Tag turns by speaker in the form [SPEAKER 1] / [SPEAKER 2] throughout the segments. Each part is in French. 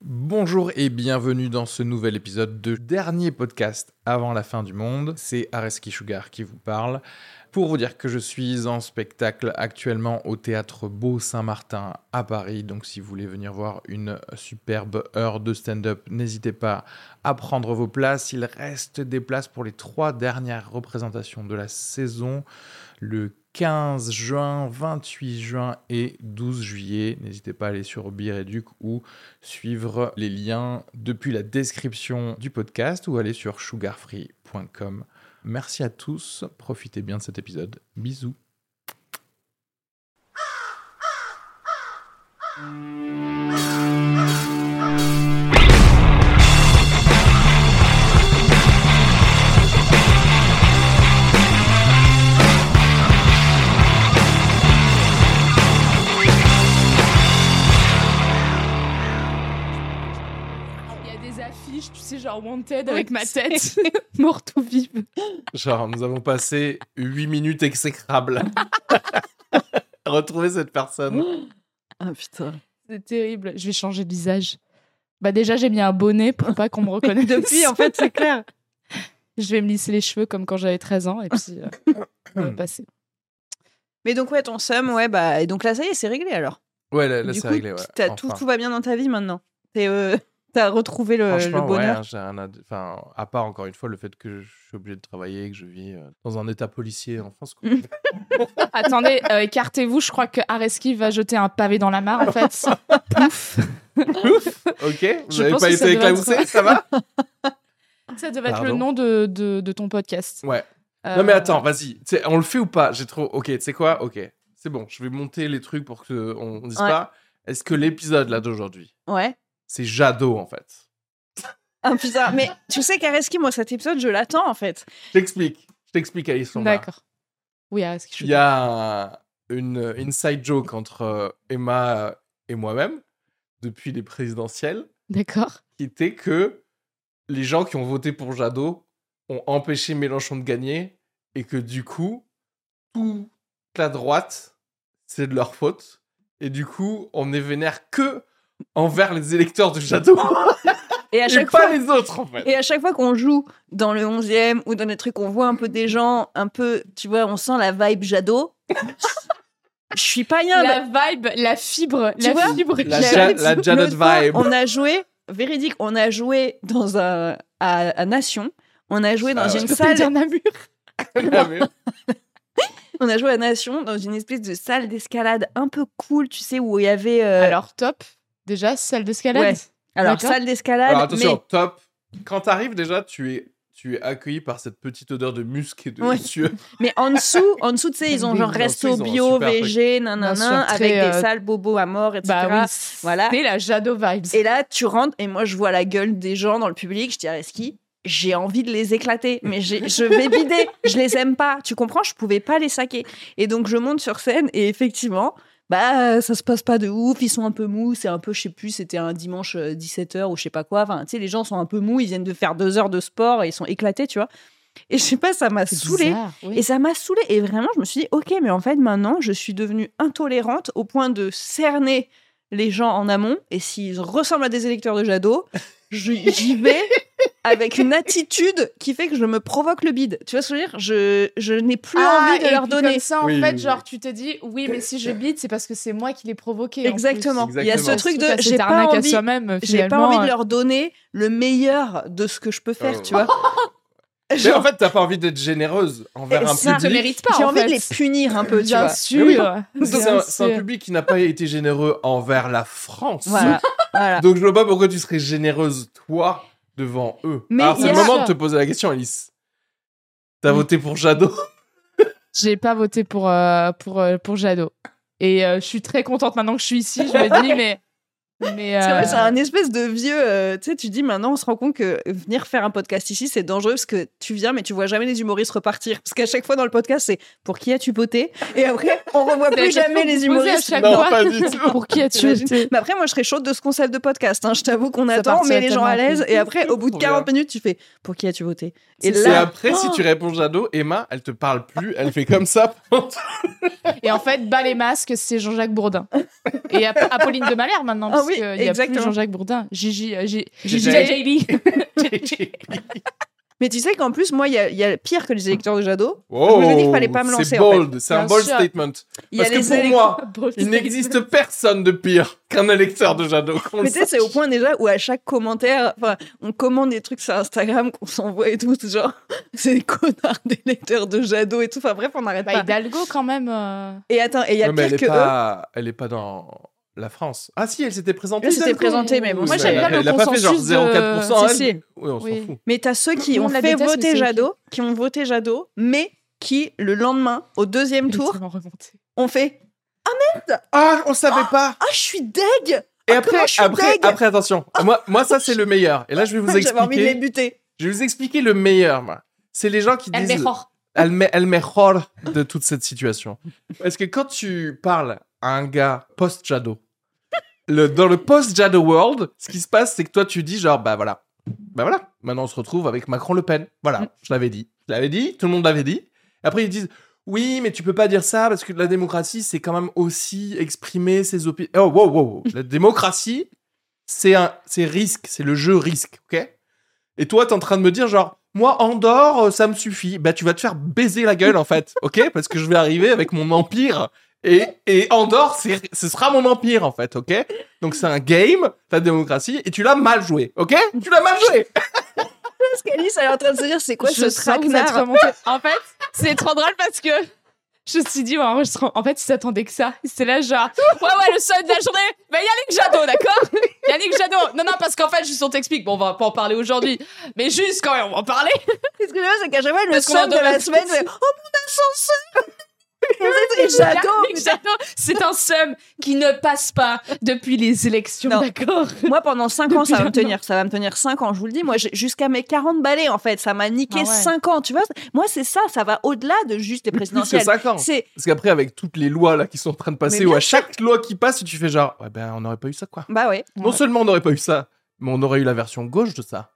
[SPEAKER 1] Bonjour et bienvenue dans ce nouvel épisode de dernier podcast avant la fin du monde. C'est Areski Sugar qui vous parle. Pour vous dire que je suis en spectacle actuellement au théâtre Beau Saint-Martin à Paris. Donc si vous voulez venir voir une superbe heure de stand-up, n'hésitez pas à prendre vos places. Il reste des places pour les trois dernières représentations de la saison. Le 15 juin, 28 juin et 12 juillet. N'hésitez pas à aller sur Bireduc ou suivre les liens depuis la description du podcast ou aller sur sugarfree.com. Merci à tous, profitez bien de cet épisode. Bisous.
[SPEAKER 2] Il y a des affiches, tu sais, genre Wanted avec
[SPEAKER 3] Oui,
[SPEAKER 2] ma
[SPEAKER 3] c'est-
[SPEAKER 2] tête.
[SPEAKER 3] morte ou vive.
[SPEAKER 1] Genre, nous avons passé 8 minutes exécrables. Retrouvez cette personne.
[SPEAKER 3] Ah putain.
[SPEAKER 2] C'est terrible. Je vais changer de visage. Bah déjà, j'ai mis un bonnet pour pas qu'on me reconnaisse.
[SPEAKER 3] Depuis, en fait, c'est clair.
[SPEAKER 2] Je vais me lisser les cheveux comme quand j'avais 13 ans et puis euh, ça va passer.
[SPEAKER 3] Mais donc, ouais, ton somme, ouais, bah. Et donc là, ça y est, c'est réglé alors.
[SPEAKER 1] Ouais, là, là,
[SPEAKER 3] du
[SPEAKER 1] c'est
[SPEAKER 3] coup,
[SPEAKER 1] réglé. Ouais.
[SPEAKER 3] t'as-
[SPEAKER 1] Enfin,
[SPEAKER 3] tout, tout va bien dans ta vie maintenant. T'es, euh, T'as retrouvé le, le
[SPEAKER 1] franchement, ouais,
[SPEAKER 3] bonheur.
[SPEAKER 1] hein, j'ai rien à... dire. enfin, à part encore une fois le fait que je suis obligé de travailler, que je vis euh, dans un état policier en France. quoi.
[SPEAKER 2] Attendez, euh, écartez-vous. Je crois que Areski va jeter un pavé dans la mare en fait. Pouf.
[SPEAKER 1] ok, vous
[SPEAKER 2] Je
[SPEAKER 1] n'avez
[SPEAKER 2] pense
[SPEAKER 1] pas
[SPEAKER 2] que ça
[SPEAKER 1] été
[SPEAKER 2] devrait
[SPEAKER 1] éclaboussé,
[SPEAKER 2] être-
[SPEAKER 1] ça va
[SPEAKER 2] Ça devait être le
[SPEAKER 1] Pardon.
[SPEAKER 2] nom de, de, de ton podcast.
[SPEAKER 1] Ouais.
[SPEAKER 2] Euh,
[SPEAKER 1] Non mais attends, vas-y. Tu sais, On le fait ou pas J'ai trop. Ok, tu sais quoi Ok, c'est bon. Je vais monter les trucs pour que on dise
[SPEAKER 3] Ouais.
[SPEAKER 1] pas. Est-ce que l'épisode là d'aujourd'hui,
[SPEAKER 3] Ouais.
[SPEAKER 1] c'est Jadot en fait
[SPEAKER 3] Ah putain. Mais tu sais, Kareski, moi, cet épisode, je l'attends en fait.
[SPEAKER 1] Je t'explique. Je t'explique à Isomba.
[SPEAKER 2] D'accord. Oui, Areski. je-
[SPEAKER 1] Il y a un- une inside joke entre euh, Emma et moi-même depuis les présidentielles
[SPEAKER 2] D'accord.
[SPEAKER 1] qui était que les gens qui ont voté pour Jadot ont empêché Mélenchon de gagner et que du coup, toute la droite, c'est de leur faute. Et du coup, on est vénère que envers les électeurs de Jadot
[SPEAKER 3] Et à
[SPEAKER 1] et
[SPEAKER 3] chaque
[SPEAKER 1] pas
[SPEAKER 3] fois.
[SPEAKER 1] les autres en fait.
[SPEAKER 3] Et à chaque fois qu'on joue dans le 11e ou dans des trucs, on voit un peu des gens, un peu, tu vois, on sent la vibe Jadot. Je suis pas rien.
[SPEAKER 2] La vibe, la fibre,
[SPEAKER 3] Tu
[SPEAKER 2] la
[SPEAKER 3] vois
[SPEAKER 2] fibre.
[SPEAKER 1] La ja- la Janet
[SPEAKER 3] L'autre fois,
[SPEAKER 1] vibe.
[SPEAKER 3] On a joué, véridique, on a joué dans un, à, à Nation. On a joué dans
[SPEAKER 1] Ah ouais.
[SPEAKER 3] une
[SPEAKER 2] Je peux pas
[SPEAKER 3] salle.
[SPEAKER 2] dire Namur.
[SPEAKER 1] La merde.
[SPEAKER 3] On a joué à Nation dans une espèce de salle d'escalade un peu cool, tu sais, où il y avait. euh,
[SPEAKER 2] Alors top. Déjà, salle d'escalade.
[SPEAKER 3] Ouais. alors
[SPEAKER 2] d'accord.
[SPEAKER 3] salle d'escalade.
[SPEAKER 1] Alors attention, top. Quand t'arrives déjà, tu es, tu es accueilli par cette petite odeur de musc et de
[SPEAKER 3] Ouais.
[SPEAKER 1] cieux.
[SPEAKER 3] Mais, mais en dessous, en dessous, tu sais, ils ont genre
[SPEAKER 1] En dessous, ils
[SPEAKER 3] resto
[SPEAKER 1] ont un
[SPEAKER 3] bio,
[SPEAKER 1] super truc.
[SPEAKER 3] VG, nanana,
[SPEAKER 2] Bien sûr,
[SPEAKER 3] avec
[SPEAKER 2] très,
[SPEAKER 3] des
[SPEAKER 2] euh,
[SPEAKER 3] salles bobo à mort, etc.
[SPEAKER 2] Bah oui,
[SPEAKER 3] Voilà.
[SPEAKER 2] C'est la Jado vibes.
[SPEAKER 3] Et là, tu rentres et moi, je vois la gueule des gens dans le public. Je dis à ski, j'ai envie de les éclater, mais j'ai- je vais bider. je les aime pas. Tu comprends Je pouvais pas les saquer. Et donc, je monte sur scène et effectivement, bah, ça se passe pas de ouf. Ils sont un peu mous. C'est un peu, je sais plus, c'était un dimanche 17h ou je sais pas quoi. Enfin, tu sais, les gens sont un peu mous. Ils viennent de faire deux heures de sport et ils sont éclatés, tu vois. Et je sais pas, ça m'a saoulée. Et ça m'a saoulée. Et vraiment, je me suis dit, OK, mais en fait, maintenant, je suis devenue intolérante au point de cerner les gens en amont. Et s'ils ressemblent à des électeurs de Jadot, je- j'y vais avec une attitude qui fait que je me provoque le bide. Tu vois ce que je veux dire Je, je n'ai plus envie de leur donner.
[SPEAKER 2] Ah, Comme ça, en
[SPEAKER 1] Oui,
[SPEAKER 2] fait,
[SPEAKER 1] oui, oui.
[SPEAKER 2] genre, tu te dis, oui, mais si je bide, c'est parce que c'est moi qui l'ai provoqué. en
[SPEAKER 3] Exactement.
[SPEAKER 2] plus.
[SPEAKER 1] plus.
[SPEAKER 3] Il y a ce
[SPEAKER 1] Exactement.
[SPEAKER 3] truc
[SPEAKER 2] Quitte à
[SPEAKER 3] de
[SPEAKER 2] cette
[SPEAKER 3] j'ai pas
[SPEAKER 2] arnaque à
[SPEAKER 3] envie,
[SPEAKER 2] soi-même,
[SPEAKER 3] j'ai pas
[SPEAKER 2] finalement, hein. euh,
[SPEAKER 3] envie de leur donner le meilleur de ce que je peux faire,
[SPEAKER 1] Oh.
[SPEAKER 3] tu vois.
[SPEAKER 1] Mais
[SPEAKER 3] Genre,
[SPEAKER 1] en fait, t'as pas envie d'être généreuse envers
[SPEAKER 3] Et
[SPEAKER 1] un
[SPEAKER 3] ça,
[SPEAKER 2] euh,
[SPEAKER 1] public.
[SPEAKER 2] Je le mérite pas.
[SPEAKER 3] j'ai
[SPEAKER 2] en
[SPEAKER 3] envie de
[SPEAKER 2] fait.
[SPEAKER 3] les punir un peu, tu
[SPEAKER 2] Bien
[SPEAKER 3] vois.
[SPEAKER 2] sûr.
[SPEAKER 1] Mais oui.
[SPEAKER 2] bien
[SPEAKER 1] C'est un, c'est un
[SPEAKER 2] sûr.
[SPEAKER 1] public qui n'a pas été généreux envers la France.
[SPEAKER 3] Voilà, voilà.
[SPEAKER 1] Donc je vois pas pourquoi tu serais généreuse, toi, devant eux.
[SPEAKER 3] Mais
[SPEAKER 1] Alors c'est
[SPEAKER 2] il y
[SPEAKER 1] le
[SPEAKER 2] a-
[SPEAKER 1] moment de te poser la question, Alice. T'as
[SPEAKER 2] Oui.
[SPEAKER 1] voté pour Jadot
[SPEAKER 2] J'ai pas voté pour, euh, pour, euh, pour Jadot. Et euh, je suis très contente maintenant que je suis ici. Je me dis, mais. mais
[SPEAKER 3] C'est vrai,
[SPEAKER 2] euh,
[SPEAKER 3] c'est un espèce de vieux. euh, tu sais, tu dis maintenant, on se rend compte que venir faire un podcast ici, c'est dangereux parce que tu viens, mais tu vois jamais les humoristes repartir. Parce qu'à chaque fois dans le podcast, c'est pour qui as-tu voté Et après, on revoit
[SPEAKER 2] C'est la
[SPEAKER 3] plus
[SPEAKER 2] question
[SPEAKER 3] jamais
[SPEAKER 2] que
[SPEAKER 3] les
[SPEAKER 2] vous posez à
[SPEAKER 3] humoristes.
[SPEAKER 2] chaque
[SPEAKER 1] Non,
[SPEAKER 2] fois.
[SPEAKER 1] pas du tout.
[SPEAKER 2] Pour qui as-tu
[SPEAKER 3] Imagine.
[SPEAKER 2] été
[SPEAKER 3] Mais après, moi, je serais chaude de ce concept de podcast. hein. Je t'avoue qu'on
[SPEAKER 2] Ça
[SPEAKER 3] attend, on
[SPEAKER 2] partirait
[SPEAKER 3] met les gens à
[SPEAKER 2] tellement
[SPEAKER 3] l'aise. Et après, au bout de
[SPEAKER 1] Trop
[SPEAKER 3] 40 minutes, tu fais pour qui as-tu voté Et
[SPEAKER 2] C'est
[SPEAKER 1] Et
[SPEAKER 3] là,
[SPEAKER 1] après, si tu réponds Jadot, Emma, elle te parle plus, elle fait comme ça. pendant tout-
[SPEAKER 2] Et en fait, bas les masques, c'est Jean-Jacques Bourdin. Et Ap- Apolline de Malherbe maintenant.
[SPEAKER 3] Ah
[SPEAKER 2] parce
[SPEAKER 3] oui,
[SPEAKER 2] qu'il n'y a plus
[SPEAKER 3] exactement.
[SPEAKER 2] Jean-Jacques Bourdin. Gigi, euh, Gi-
[SPEAKER 1] Gigi.
[SPEAKER 2] Gigi,
[SPEAKER 4] JJB.
[SPEAKER 3] Mais tu sais qu'en plus, moi, il y, a- il y a pire que les électeurs de Jadot.
[SPEAKER 1] Wow,
[SPEAKER 3] Je me suis dit qu'il fallait pas me
[SPEAKER 1] C'est
[SPEAKER 3] lancer, en fait.
[SPEAKER 1] bold, c'est un
[SPEAKER 2] Bien
[SPEAKER 1] bold
[SPEAKER 2] sûr.
[SPEAKER 1] statement.
[SPEAKER 3] Il y a
[SPEAKER 1] Parce que
[SPEAKER 3] les
[SPEAKER 1] pour
[SPEAKER 3] élec-
[SPEAKER 1] moi,
[SPEAKER 4] Bon,
[SPEAKER 1] il n'existe personne de pire qu'un électeur de Jadot. qu'on
[SPEAKER 3] Mais
[SPEAKER 1] le
[SPEAKER 3] tu sais, c'est
[SPEAKER 1] sache.
[SPEAKER 3] au point déjà où à chaque commentaire, enfin, on commande des trucs sur Instagram qu'on s'envoie et tout, c'est genre, c'est des connards des lecteurs de Jadot et tout. Enfin bref, on n'arrête
[SPEAKER 2] bah,
[SPEAKER 3] pas.
[SPEAKER 2] Hidalgo quand même. euh,
[SPEAKER 3] Et attends, et il y a
[SPEAKER 1] Ouais, mais elle
[SPEAKER 3] pire
[SPEAKER 1] est
[SPEAKER 3] que eux.
[SPEAKER 1] pas, elle est pas dans la France. Ah si, elle s'était présentée.
[SPEAKER 3] Elle s'était
[SPEAKER 1] Hidalgo.
[SPEAKER 3] présentée, mais bon,
[SPEAKER 2] moi,
[SPEAKER 1] Oui,
[SPEAKER 2] j'aime
[SPEAKER 1] mais
[SPEAKER 2] bien le
[SPEAKER 1] Elle a pas fait genre
[SPEAKER 2] consensus de-
[SPEAKER 1] 0,4%.
[SPEAKER 3] Si,
[SPEAKER 1] elle.
[SPEAKER 3] si.
[SPEAKER 1] Oui, on s'en
[SPEAKER 2] Oui.
[SPEAKER 1] fout.
[SPEAKER 3] Mais t'as ceux qui
[SPEAKER 2] Tout le
[SPEAKER 3] ont
[SPEAKER 2] monde la
[SPEAKER 3] fait
[SPEAKER 2] déteste, mais
[SPEAKER 3] voter
[SPEAKER 2] c'est
[SPEAKER 3] Jadot, qui ont voté Jadot, mais qui, le lendemain, au deuxième
[SPEAKER 2] elle est
[SPEAKER 3] tour,
[SPEAKER 2] tellement remontée.
[SPEAKER 3] ont fait
[SPEAKER 1] Ah, on savait pas.
[SPEAKER 3] Ah, je suis deg
[SPEAKER 1] Et
[SPEAKER 3] Ah,
[SPEAKER 1] après,
[SPEAKER 3] comment je suis
[SPEAKER 1] après,
[SPEAKER 3] deg
[SPEAKER 1] après, attention. Moi, moi, ça c'est le meilleur. Et là, je vais vous
[SPEAKER 3] J'avais envie de les
[SPEAKER 1] expliquer.
[SPEAKER 3] buter.
[SPEAKER 1] Je vais vous expliquer le meilleur. moi. C'est les gens qui
[SPEAKER 4] Elle
[SPEAKER 1] disent.
[SPEAKER 4] mejor.
[SPEAKER 1] elle me, el mejor de toute cette situation. Parce que quand tu parles à un gars post-Jado, le, dans le post-Jado world, ce qui se passe, c'est que toi, tu dis genre, bah voilà, bah voilà, maintenant on se retrouve avec Macron-Le Pen. Voilà, je l'avais dit. Je l'avais dit, tout le monde l'avait dit. Après, ils disent, oui, mais tu peux pas dire ça parce que la démocratie, c'est quand même aussi exprimer ses opinions. Oh, wow, wow, wow. La démocratie, c'est un, c'est risque, c'est le jeu risque, ok et toi, t'es en train de me dire genre, moi, Andorre, euh, ça me suffit. Bah, tu vas te faire baiser la gueule, en fait, ok Parce que je vais arriver avec mon empire. Et, et Andorre, c'est- ce sera mon empire, en fait, ok Donc, c'est un game, la démocratie, et tu l'as mal joué, ok Tu l'as mal joué
[SPEAKER 3] Parce qu'Alice, elle est en train de se dire, c'est quoi
[SPEAKER 2] Je
[SPEAKER 3] ce
[SPEAKER 2] sens que vous êtes
[SPEAKER 3] traquenard
[SPEAKER 2] remontée. En fait, c'est trop drôle parce que je me suis dit, ouais, enregistrant- en fait, ils s'attendaient que ça. C'est là, genre, ouais, ouais, le seul de la journée. Mais Yannick Jadot, d'accord Yannick Jadot. Non, non, parce qu'en fait, juste on t'explique. Bon, on va pas en parler aujourd'hui. Mais juste quand même, on va en parler.
[SPEAKER 3] Parce que là, c'est qu'à chaque fois, le
[SPEAKER 2] Parce qu'on
[SPEAKER 3] seul de
[SPEAKER 2] adore
[SPEAKER 3] la
[SPEAKER 2] la
[SPEAKER 3] semaine,
[SPEAKER 2] France.
[SPEAKER 3] mais, oh mon ascenseur Jadot
[SPEAKER 2] Yannick Jadot, c'est un seum qui ne passe pas depuis les élections,
[SPEAKER 3] Non.
[SPEAKER 2] d'accord
[SPEAKER 3] Moi, pendant 5 ans,
[SPEAKER 2] Depuis
[SPEAKER 3] ça va me
[SPEAKER 2] un an.
[SPEAKER 3] tenir. Ça va me tenir 5 ans, je vous le dis. Moi, j'ai- jusqu'à mes 40 balais, en fait. Ça m'a niqué
[SPEAKER 2] Ah ouais.
[SPEAKER 3] 5 ans, tu vois. Moi, c'est ça. Ça va au-delà de juste les
[SPEAKER 1] Plus que
[SPEAKER 3] présidentielles.
[SPEAKER 1] 5 ans
[SPEAKER 3] C'est
[SPEAKER 1] hein. Parce qu'après, avec toutes les lois, là, qui sont en train de passer,
[SPEAKER 3] Mais
[SPEAKER 1] ou
[SPEAKER 3] bien
[SPEAKER 1] à chaque loi qui passe, tu fais genre, ouais, ben, on n'aurait pas eu ça, quoi.
[SPEAKER 3] bah ouais.
[SPEAKER 1] Non seulement on n'aurait pas eu ça, mais on aurait eu la version gauche de ça.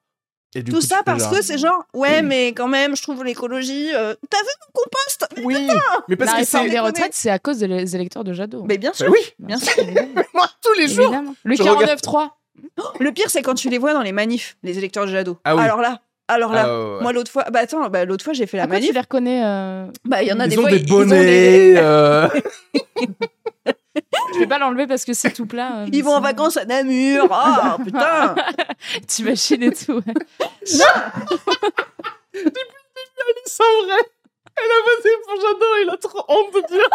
[SPEAKER 1] Et du
[SPEAKER 3] Tout
[SPEAKER 1] coup, tu
[SPEAKER 3] ça
[SPEAKER 1] fais
[SPEAKER 3] parce
[SPEAKER 1] genre,
[SPEAKER 3] que c'est genre ouais, mais quand même, je trouve l'écologie. euh, T'as vu mon compost
[SPEAKER 1] Oui, mais parce
[SPEAKER 2] La
[SPEAKER 1] que
[SPEAKER 2] réforme
[SPEAKER 1] c'est...
[SPEAKER 2] des retraites, c'est à cause des électeurs de Jadot.
[SPEAKER 3] Mais bien sûr.
[SPEAKER 1] Ben oui, Ah
[SPEAKER 3] Bien sûr.
[SPEAKER 1] moi, tous les jours
[SPEAKER 2] Évidemment. Le
[SPEAKER 1] Je regarde-
[SPEAKER 2] 49-3.
[SPEAKER 3] Le pire, c'est quand tu les vois dans les manifs, les électeurs de Jadot.
[SPEAKER 1] Ah oui.
[SPEAKER 3] Alors là, alors là.
[SPEAKER 1] Ah, ouais, ouais.
[SPEAKER 3] Moi l'autre fois, bah attends, bah, l'autre fois j'ai fait la
[SPEAKER 2] Après, tu
[SPEAKER 3] manif.
[SPEAKER 2] les reconnais. euh,
[SPEAKER 3] Bah il y en a
[SPEAKER 1] ils
[SPEAKER 3] des
[SPEAKER 1] ont
[SPEAKER 3] fois
[SPEAKER 1] des
[SPEAKER 3] ils- ils ont
[SPEAKER 1] bonnets. euh,
[SPEAKER 2] Je vais pas l'enlever parce que c'est tout plat. euh, mais
[SPEAKER 3] Ils vont en
[SPEAKER 2] sinon-
[SPEAKER 3] vacances à Namur. Ah putain.
[SPEAKER 2] T'imagines et tout. ouais.
[SPEAKER 1] C'est vrai. Elle a voté pour Jadot, il a trop honte de dire.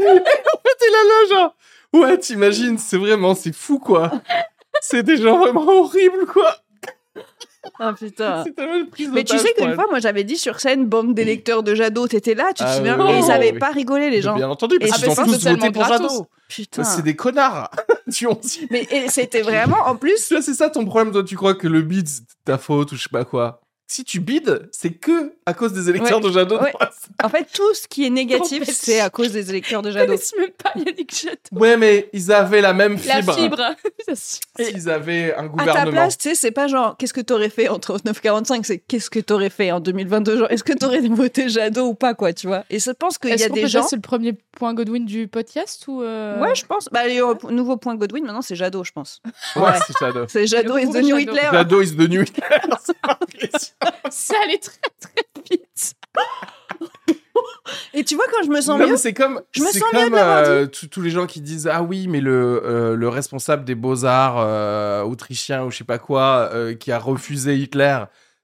[SPEAKER 1] Et en fait, il a là, genre. Ouais, t'imagines, c'est vraiment, c'est fou, quoi. C'est des gens vraiment horribles, quoi.
[SPEAKER 3] Ah putain.
[SPEAKER 1] C'est tellement une prise
[SPEAKER 3] Mais tu
[SPEAKER 1] d'otage
[SPEAKER 3] sais
[SPEAKER 1] pour
[SPEAKER 3] qu'une
[SPEAKER 1] elle.
[SPEAKER 3] fois, moi j'avais dit sur scène, bande d'électeurs de Jadot, t'étais là, tu te
[SPEAKER 1] Ah
[SPEAKER 3] souviens
[SPEAKER 1] oui,
[SPEAKER 3] Et
[SPEAKER 1] oui,
[SPEAKER 3] ils
[SPEAKER 1] oui,
[SPEAKER 3] avaient
[SPEAKER 1] oui.
[SPEAKER 3] pas rigolé, les gens.
[SPEAKER 1] Bien entendu,
[SPEAKER 3] Et
[SPEAKER 1] parce
[SPEAKER 3] je
[SPEAKER 1] qu'ils ont
[SPEAKER 3] pense
[SPEAKER 1] tous
[SPEAKER 2] totalement
[SPEAKER 1] voté pour
[SPEAKER 2] gratos.
[SPEAKER 1] Jadot.
[SPEAKER 3] Putain.
[SPEAKER 1] C'est des connards. tu en dis.
[SPEAKER 3] Mais et c'était vraiment, Ah. en plus,
[SPEAKER 1] Tu vois, c'est ça ton problème, toi, tu crois que le bid, c'est ta faute ou je sais pas quoi. Si tu bides, c'est que à cause des électeurs de Jadot.
[SPEAKER 3] Ouais.
[SPEAKER 1] Ouais.
[SPEAKER 3] en fait, tout ce qui est négatif,
[SPEAKER 2] En fait,
[SPEAKER 3] c'est à cause des électeurs de Jadot.
[SPEAKER 2] connaissent même pas Yannick Jadot.
[SPEAKER 1] mais ils avaient la même
[SPEAKER 2] La
[SPEAKER 1] fibre.
[SPEAKER 2] fibre. Ça suffit.
[SPEAKER 1] Ils avaient un
[SPEAKER 3] À ta
[SPEAKER 1] gouvernement.
[SPEAKER 3] place, tu sais, c'est pas genre qu'est-ce que t'aurais fait en 39-45, c'est qu'est-ce que t'aurais fait en 2022, genre est-ce que t'aurais voté Jadot ou pas, quoi, tu vois. Et je pense qu'il y
[SPEAKER 2] Est-ce
[SPEAKER 3] a
[SPEAKER 2] qu'on
[SPEAKER 3] des
[SPEAKER 2] peut
[SPEAKER 3] gens.
[SPEAKER 2] dire que c'est le premier point Godwin du podcast ou euh,
[SPEAKER 3] Ouais, je pense. Bah, allez, au- nouveau point Godwin, maintenant c'est Jadot, je pense.
[SPEAKER 1] Ouais, c'est Jadot.
[SPEAKER 3] C'est Jadot
[SPEAKER 2] Le
[SPEAKER 3] et
[SPEAKER 2] pauvre
[SPEAKER 3] The New
[SPEAKER 2] Jadot.
[SPEAKER 3] Hitler.
[SPEAKER 1] Jadot is the new Hitler. C'est pas question.
[SPEAKER 2] ça allait très très vite.
[SPEAKER 3] Et tu vois, quand je me sens
[SPEAKER 1] Non,
[SPEAKER 3] mieux,
[SPEAKER 1] mais c'est comme,
[SPEAKER 3] Je me
[SPEAKER 1] c'est
[SPEAKER 3] sens mieux de
[SPEAKER 1] comme,
[SPEAKER 3] l'avoir
[SPEAKER 1] euh, tous tous les gens qui disent ah oui mais le euh, le responsable des beaux arts autrichien ou je sais pas quoi euh, qui a refusé Hitler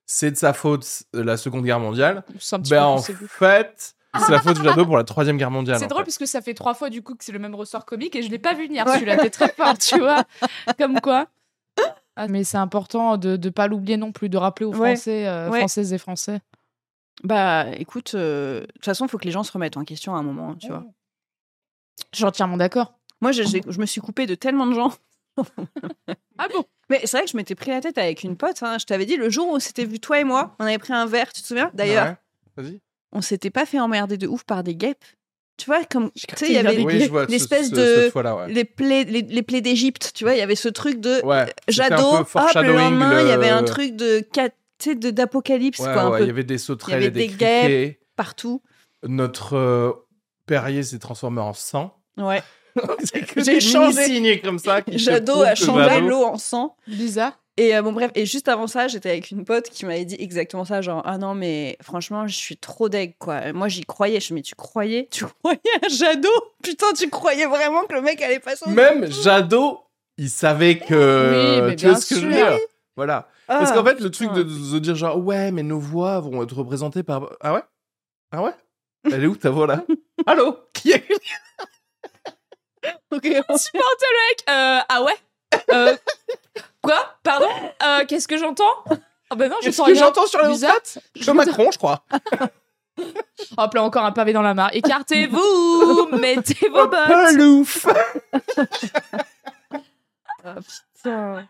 [SPEAKER 1] c'est de sa faute euh, la Seconde Guerre mondiale.
[SPEAKER 2] C'est un petit
[SPEAKER 1] Ben
[SPEAKER 2] peu
[SPEAKER 1] en
[SPEAKER 2] plus aigu.
[SPEAKER 1] fait c'est la faute de Jadot pour la Troisième Guerre mondiale.
[SPEAKER 2] C'est
[SPEAKER 1] en
[SPEAKER 2] drôle
[SPEAKER 1] fait.
[SPEAKER 2] parce que ça fait trois fois du coup que c'est le même ressort comique et je l'ai pas vu venir
[SPEAKER 3] Ouais.
[SPEAKER 2] celui-là. T'es très fort, tu vois. Comme quoi. Ah, mais c'est important de ne pas l'oublier non plus, de rappeler aux
[SPEAKER 3] Ouais.
[SPEAKER 2] Français, euh,
[SPEAKER 3] Ouais.
[SPEAKER 2] Françaises et Français.
[SPEAKER 3] bah écoute, euh, de toute façon, faut que les gens se remettent en question à un moment, hein, tu vois.
[SPEAKER 2] Je suis entièrement d'accord.
[SPEAKER 3] Moi, je, j'ai- je me suis coupée de tellement de gens.
[SPEAKER 2] Ah bon
[SPEAKER 3] Mais c'est vrai que je m'étais pris la tête avec une pote. hein. Je t'avais dit le jour où on s'était vu toi et moi, on avait pris un verre. Tu te souviens D'ailleurs,
[SPEAKER 1] Ouais. Vas-y.
[SPEAKER 3] on s'était pas fait emmerder de ouf par des guêpes. Tu vois, comme tu sais, il y
[SPEAKER 2] qu'il
[SPEAKER 3] avait
[SPEAKER 2] y
[SPEAKER 1] Oui je vois. ce-
[SPEAKER 3] l'espèce
[SPEAKER 1] ce-
[SPEAKER 3] de
[SPEAKER 1] cette fois-là ouais.
[SPEAKER 3] les plaies, les, les plaies d'Égypte. Tu vois, il y avait ce truc de
[SPEAKER 1] Ouais, c'était un peu
[SPEAKER 3] Jadot. Hop, le
[SPEAKER 1] foreshadowing,
[SPEAKER 3] lendemain, il y avait un
[SPEAKER 1] le-
[SPEAKER 3] truc de cat- tu sais, de- d'apocalypse
[SPEAKER 1] Ouais,
[SPEAKER 3] quoi, un
[SPEAKER 1] ouais,
[SPEAKER 3] peu
[SPEAKER 1] il y avait des sauterelles
[SPEAKER 3] avait
[SPEAKER 1] et des,
[SPEAKER 3] des guêpes.
[SPEAKER 1] criquets.
[SPEAKER 3] partout.
[SPEAKER 1] Notre euh, Perrier s'est transformé en sang.
[SPEAKER 3] Ouais.
[SPEAKER 1] J'ai
[SPEAKER 3] changé.
[SPEAKER 1] signé comme ça. qui te
[SPEAKER 3] Jadot
[SPEAKER 1] prouve
[SPEAKER 3] a
[SPEAKER 1] que
[SPEAKER 3] changé
[SPEAKER 1] Jadot-
[SPEAKER 3] l'eau en sang.
[SPEAKER 2] Lisa
[SPEAKER 3] Et euh, bon, bref, et juste avant ça, j'étais avec une pote qui m'avait dit exactement ça genre, ah non, mais franchement, je suis trop deg, quoi. Euh, Moi, j'y croyais. Je me suis dit, tu croyais Tu croyais à Jadot Putain, tu croyais vraiment que le mec allait passer au-
[SPEAKER 1] Même Jadot, il savait
[SPEAKER 2] Oui,
[SPEAKER 1] que.
[SPEAKER 2] mais
[SPEAKER 1] tu vois
[SPEAKER 2] bien
[SPEAKER 1] ce que je veux
[SPEAKER 2] sûr.
[SPEAKER 1] dire Voilà.
[SPEAKER 3] Ah.
[SPEAKER 1] Parce qu'en fait, le truc de,
[SPEAKER 2] putain.
[SPEAKER 1] de dire genre, ouais, mais nos voix vont être représentées par. Ah ouais Ah ouais Elle est où ta voix là Allô Qui est
[SPEAKER 3] Ok.
[SPEAKER 2] Supporte le mec Euh, Ah ouais Euh, Quoi Pardon Euh, Qu'est-ce que j'entends Ah bah non, je
[SPEAKER 1] Qu'est-ce
[SPEAKER 2] sens
[SPEAKER 1] que
[SPEAKER 2] rien.
[SPEAKER 1] j'entends sur les
[SPEAKER 2] Bizarre.
[SPEAKER 1] Je Macron, je crois.
[SPEAKER 2] Hop là, encore un pavé dans la mare. Écartez-vous Mettez vos bottes
[SPEAKER 1] Pelouf
[SPEAKER 3] Ah, putain.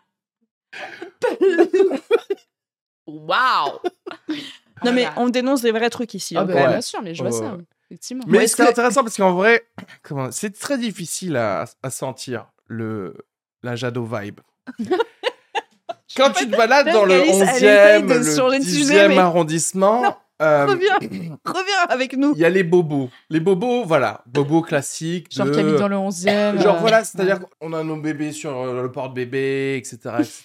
[SPEAKER 2] Waouh
[SPEAKER 3] Non, mais
[SPEAKER 2] Voilà.
[SPEAKER 3] on dénonce des vrais trucs ici.
[SPEAKER 2] Ah
[SPEAKER 3] hein,
[SPEAKER 2] bah,
[SPEAKER 3] quand même.
[SPEAKER 2] bien sûr, mais je vois
[SPEAKER 1] Ah Ouais,
[SPEAKER 2] ça,
[SPEAKER 1] ouais.
[SPEAKER 2] effectivement.
[SPEAKER 1] Mais
[SPEAKER 3] Moi, est-ce
[SPEAKER 1] c'est
[SPEAKER 3] que-
[SPEAKER 1] intéressant parce qu'en vrai, comment- c'est très difficile à, à sentir le, la Jadot vibe. Quand tu te balades dans le
[SPEAKER 3] Alice, elle
[SPEAKER 1] 11e,
[SPEAKER 3] essaye de changer
[SPEAKER 1] le
[SPEAKER 3] de
[SPEAKER 1] 10e
[SPEAKER 3] sujet, mais-
[SPEAKER 1] arrondissement, euh,
[SPEAKER 3] Reviens, reviens avec nous.
[SPEAKER 1] il y a les bobos. Les bobos, voilà, bobos classiques.
[SPEAKER 2] Genre
[SPEAKER 1] de-
[SPEAKER 2] Camille dans le euh, 11ème.
[SPEAKER 1] Genre voilà, c'est-à-dire qu'on a nos bébés sur euh, le porte-bébé, etc., etc.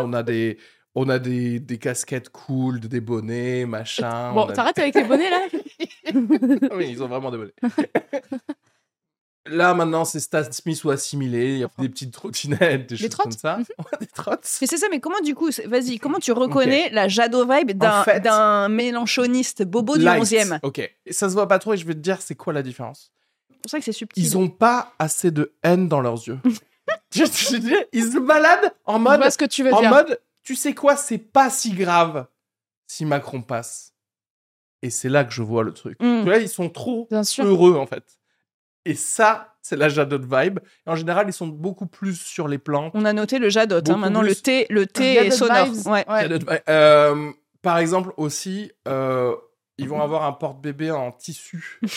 [SPEAKER 1] on a des, on a des, des casquettes cool, des bonnets, machin.
[SPEAKER 2] Bon,
[SPEAKER 1] on a-
[SPEAKER 2] t'arrêtes avec les bonnets là
[SPEAKER 1] Ah oui, ils ont vraiment des bonnets. Là, maintenant, c'est Stan Smith ou assimilé. Il y a des petites trottinettes, des, choses
[SPEAKER 2] trottes Mhm.
[SPEAKER 1] comme ça. Ouais, des trottes.
[SPEAKER 3] Mais c'est ça, mais comment du coup, c'est- vas-y, comment tu reconnais la Jadot vibe d'un
[SPEAKER 1] En fait-
[SPEAKER 3] d'un mélanchoniste bobo du
[SPEAKER 1] Light.
[SPEAKER 3] 11e
[SPEAKER 1] Ok. Et ça se voit pas trop et je vais te dire, c'est quoi la différence
[SPEAKER 3] C'est pour ça que c'est subtil.
[SPEAKER 1] Ils ont pas assez de haine dans leurs yeux. je te dis, ils se baladent en
[SPEAKER 2] Je
[SPEAKER 1] mode,
[SPEAKER 2] vois ce que tu veux
[SPEAKER 1] en
[SPEAKER 2] dire.
[SPEAKER 1] mode, tu sais quoi, c'est pas si grave si Macron passe. Et c'est là que je vois le truc.
[SPEAKER 3] Mm.
[SPEAKER 2] Hmm.
[SPEAKER 1] Tu vois, ils sont trop
[SPEAKER 2] Bien sûr.
[SPEAKER 1] heureux en fait. Et ça, c'est la Jadot vibe. Et en général, ils sont beaucoup plus sur les plantes.
[SPEAKER 3] On a noté le Jadot. hein.
[SPEAKER 1] Beaucoup
[SPEAKER 3] Maintenant, le
[SPEAKER 1] plus.
[SPEAKER 3] thé, le thé
[SPEAKER 2] Jadot
[SPEAKER 3] est sonore.
[SPEAKER 2] vibes.
[SPEAKER 3] Ouais.
[SPEAKER 1] Jadot vibe. Euh, par exemple aussi, euh, ils
[SPEAKER 3] Mm-hmm.
[SPEAKER 1] vont avoir un porte-bébé en tissu. tu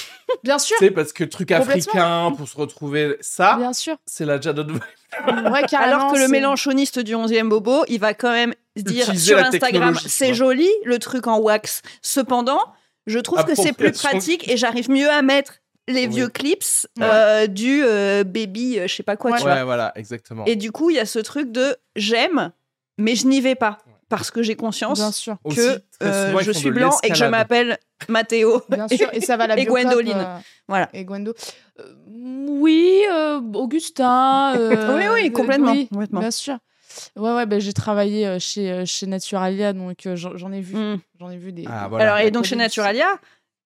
[SPEAKER 2] Bien sûr,
[SPEAKER 1] sais, parce que truc africain pour se retrouver. Ça,
[SPEAKER 2] bien sûr.
[SPEAKER 1] c'est la Jadot vibe.
[SPEAKER 2] Ouais, carrément,
[SPEAKER 3] Alors que le
[SPEAKER 2] Ah c'est-
[SPEAKER 3] mélanchoniste du 11e bobo, il va quand même se dire
[SPEAKER 1] Utiliser
[SPEAKER 3] sur
[SPEAKER 1] la
[SPEAKER 3] Instagram,
[SPEAKER 1] technologie,
[SPEAKER 3] c'est
[SPEAKER 1] quoi.
[SPEAKER 3] joli le truc en wax. Cependant, je trouve que c'est plus
[SPEAKER 1] Appropriation.
[SPEAKER 3] pratique et j'arrive mieux à mettre les
[SPEAKER 1] Oui.
[SPEAKER 3] vieux clips
[SPEAKER 1] Ouais.
[SPEAKER 3] euh, du euh, baby, euh, je sais pas quoi, tu vois.
[SPEAKER 1] Ouais, voilà, exactement.
[SPEAKER 3] Et du coup, il y a ce truc de j'aime, mais je n'y vais pas parce que j'ai conscience
[SPEAKER 2] Bien sûr,
[SPEAKER 1] Aussi,
[SPEAKER 3] que
[SPEAKER 1] très
[SPEAKER 3] euh,
[SPEAKER 1] souvent, ils
[SPEAKER 3] je
[SPEAKER 1] font
[SPEAKER 3] suis
[SPEAKER 1] de
[SPEAKER 3] blanc et que je
[SPEAKER 1] l'escalade.
[SPEAKER 3] m'appelle Mathéo.
[SPEAKER 2] bien sûr. Et ça va la
[SPEAKER 3] Et
[SPEAKER 2] biocop,
[SPEAKER 3] Gwendoline.
[SPEAKER 2] euh,
[SPEAKER 3] Voilà.
[SPEAKER 2] Et Gwendo. Euh, oui, euh, Augustin. euh,
[SPEAKER 3] oui, oui,
[SPEAKER 2] euh,
[SPEAKER 3] complètement.
[SPEAKER 2] oui,
[SPEAKER 3] complètement.
[SPEAKER 2] bien sûr. Ouais, ouais, ben, j'ai travaillé euh, chez, euh, chez Naturalia, donc euh, j'en j'en ai vu.
[SPEAKER 3] Mm.
[SPEAKER 2] J'en ai vu des.
[SPEAKER 1] Ah,
[SPEAKER 2] des-
[SPEAKER 1] voilà.
[SPEAKER 3] Alors, et donc
[SPEAKER 2] Au
[SPEAKER 3] chez
[SPEAKER 2] début,
[SPEAKER 3] Naturalia,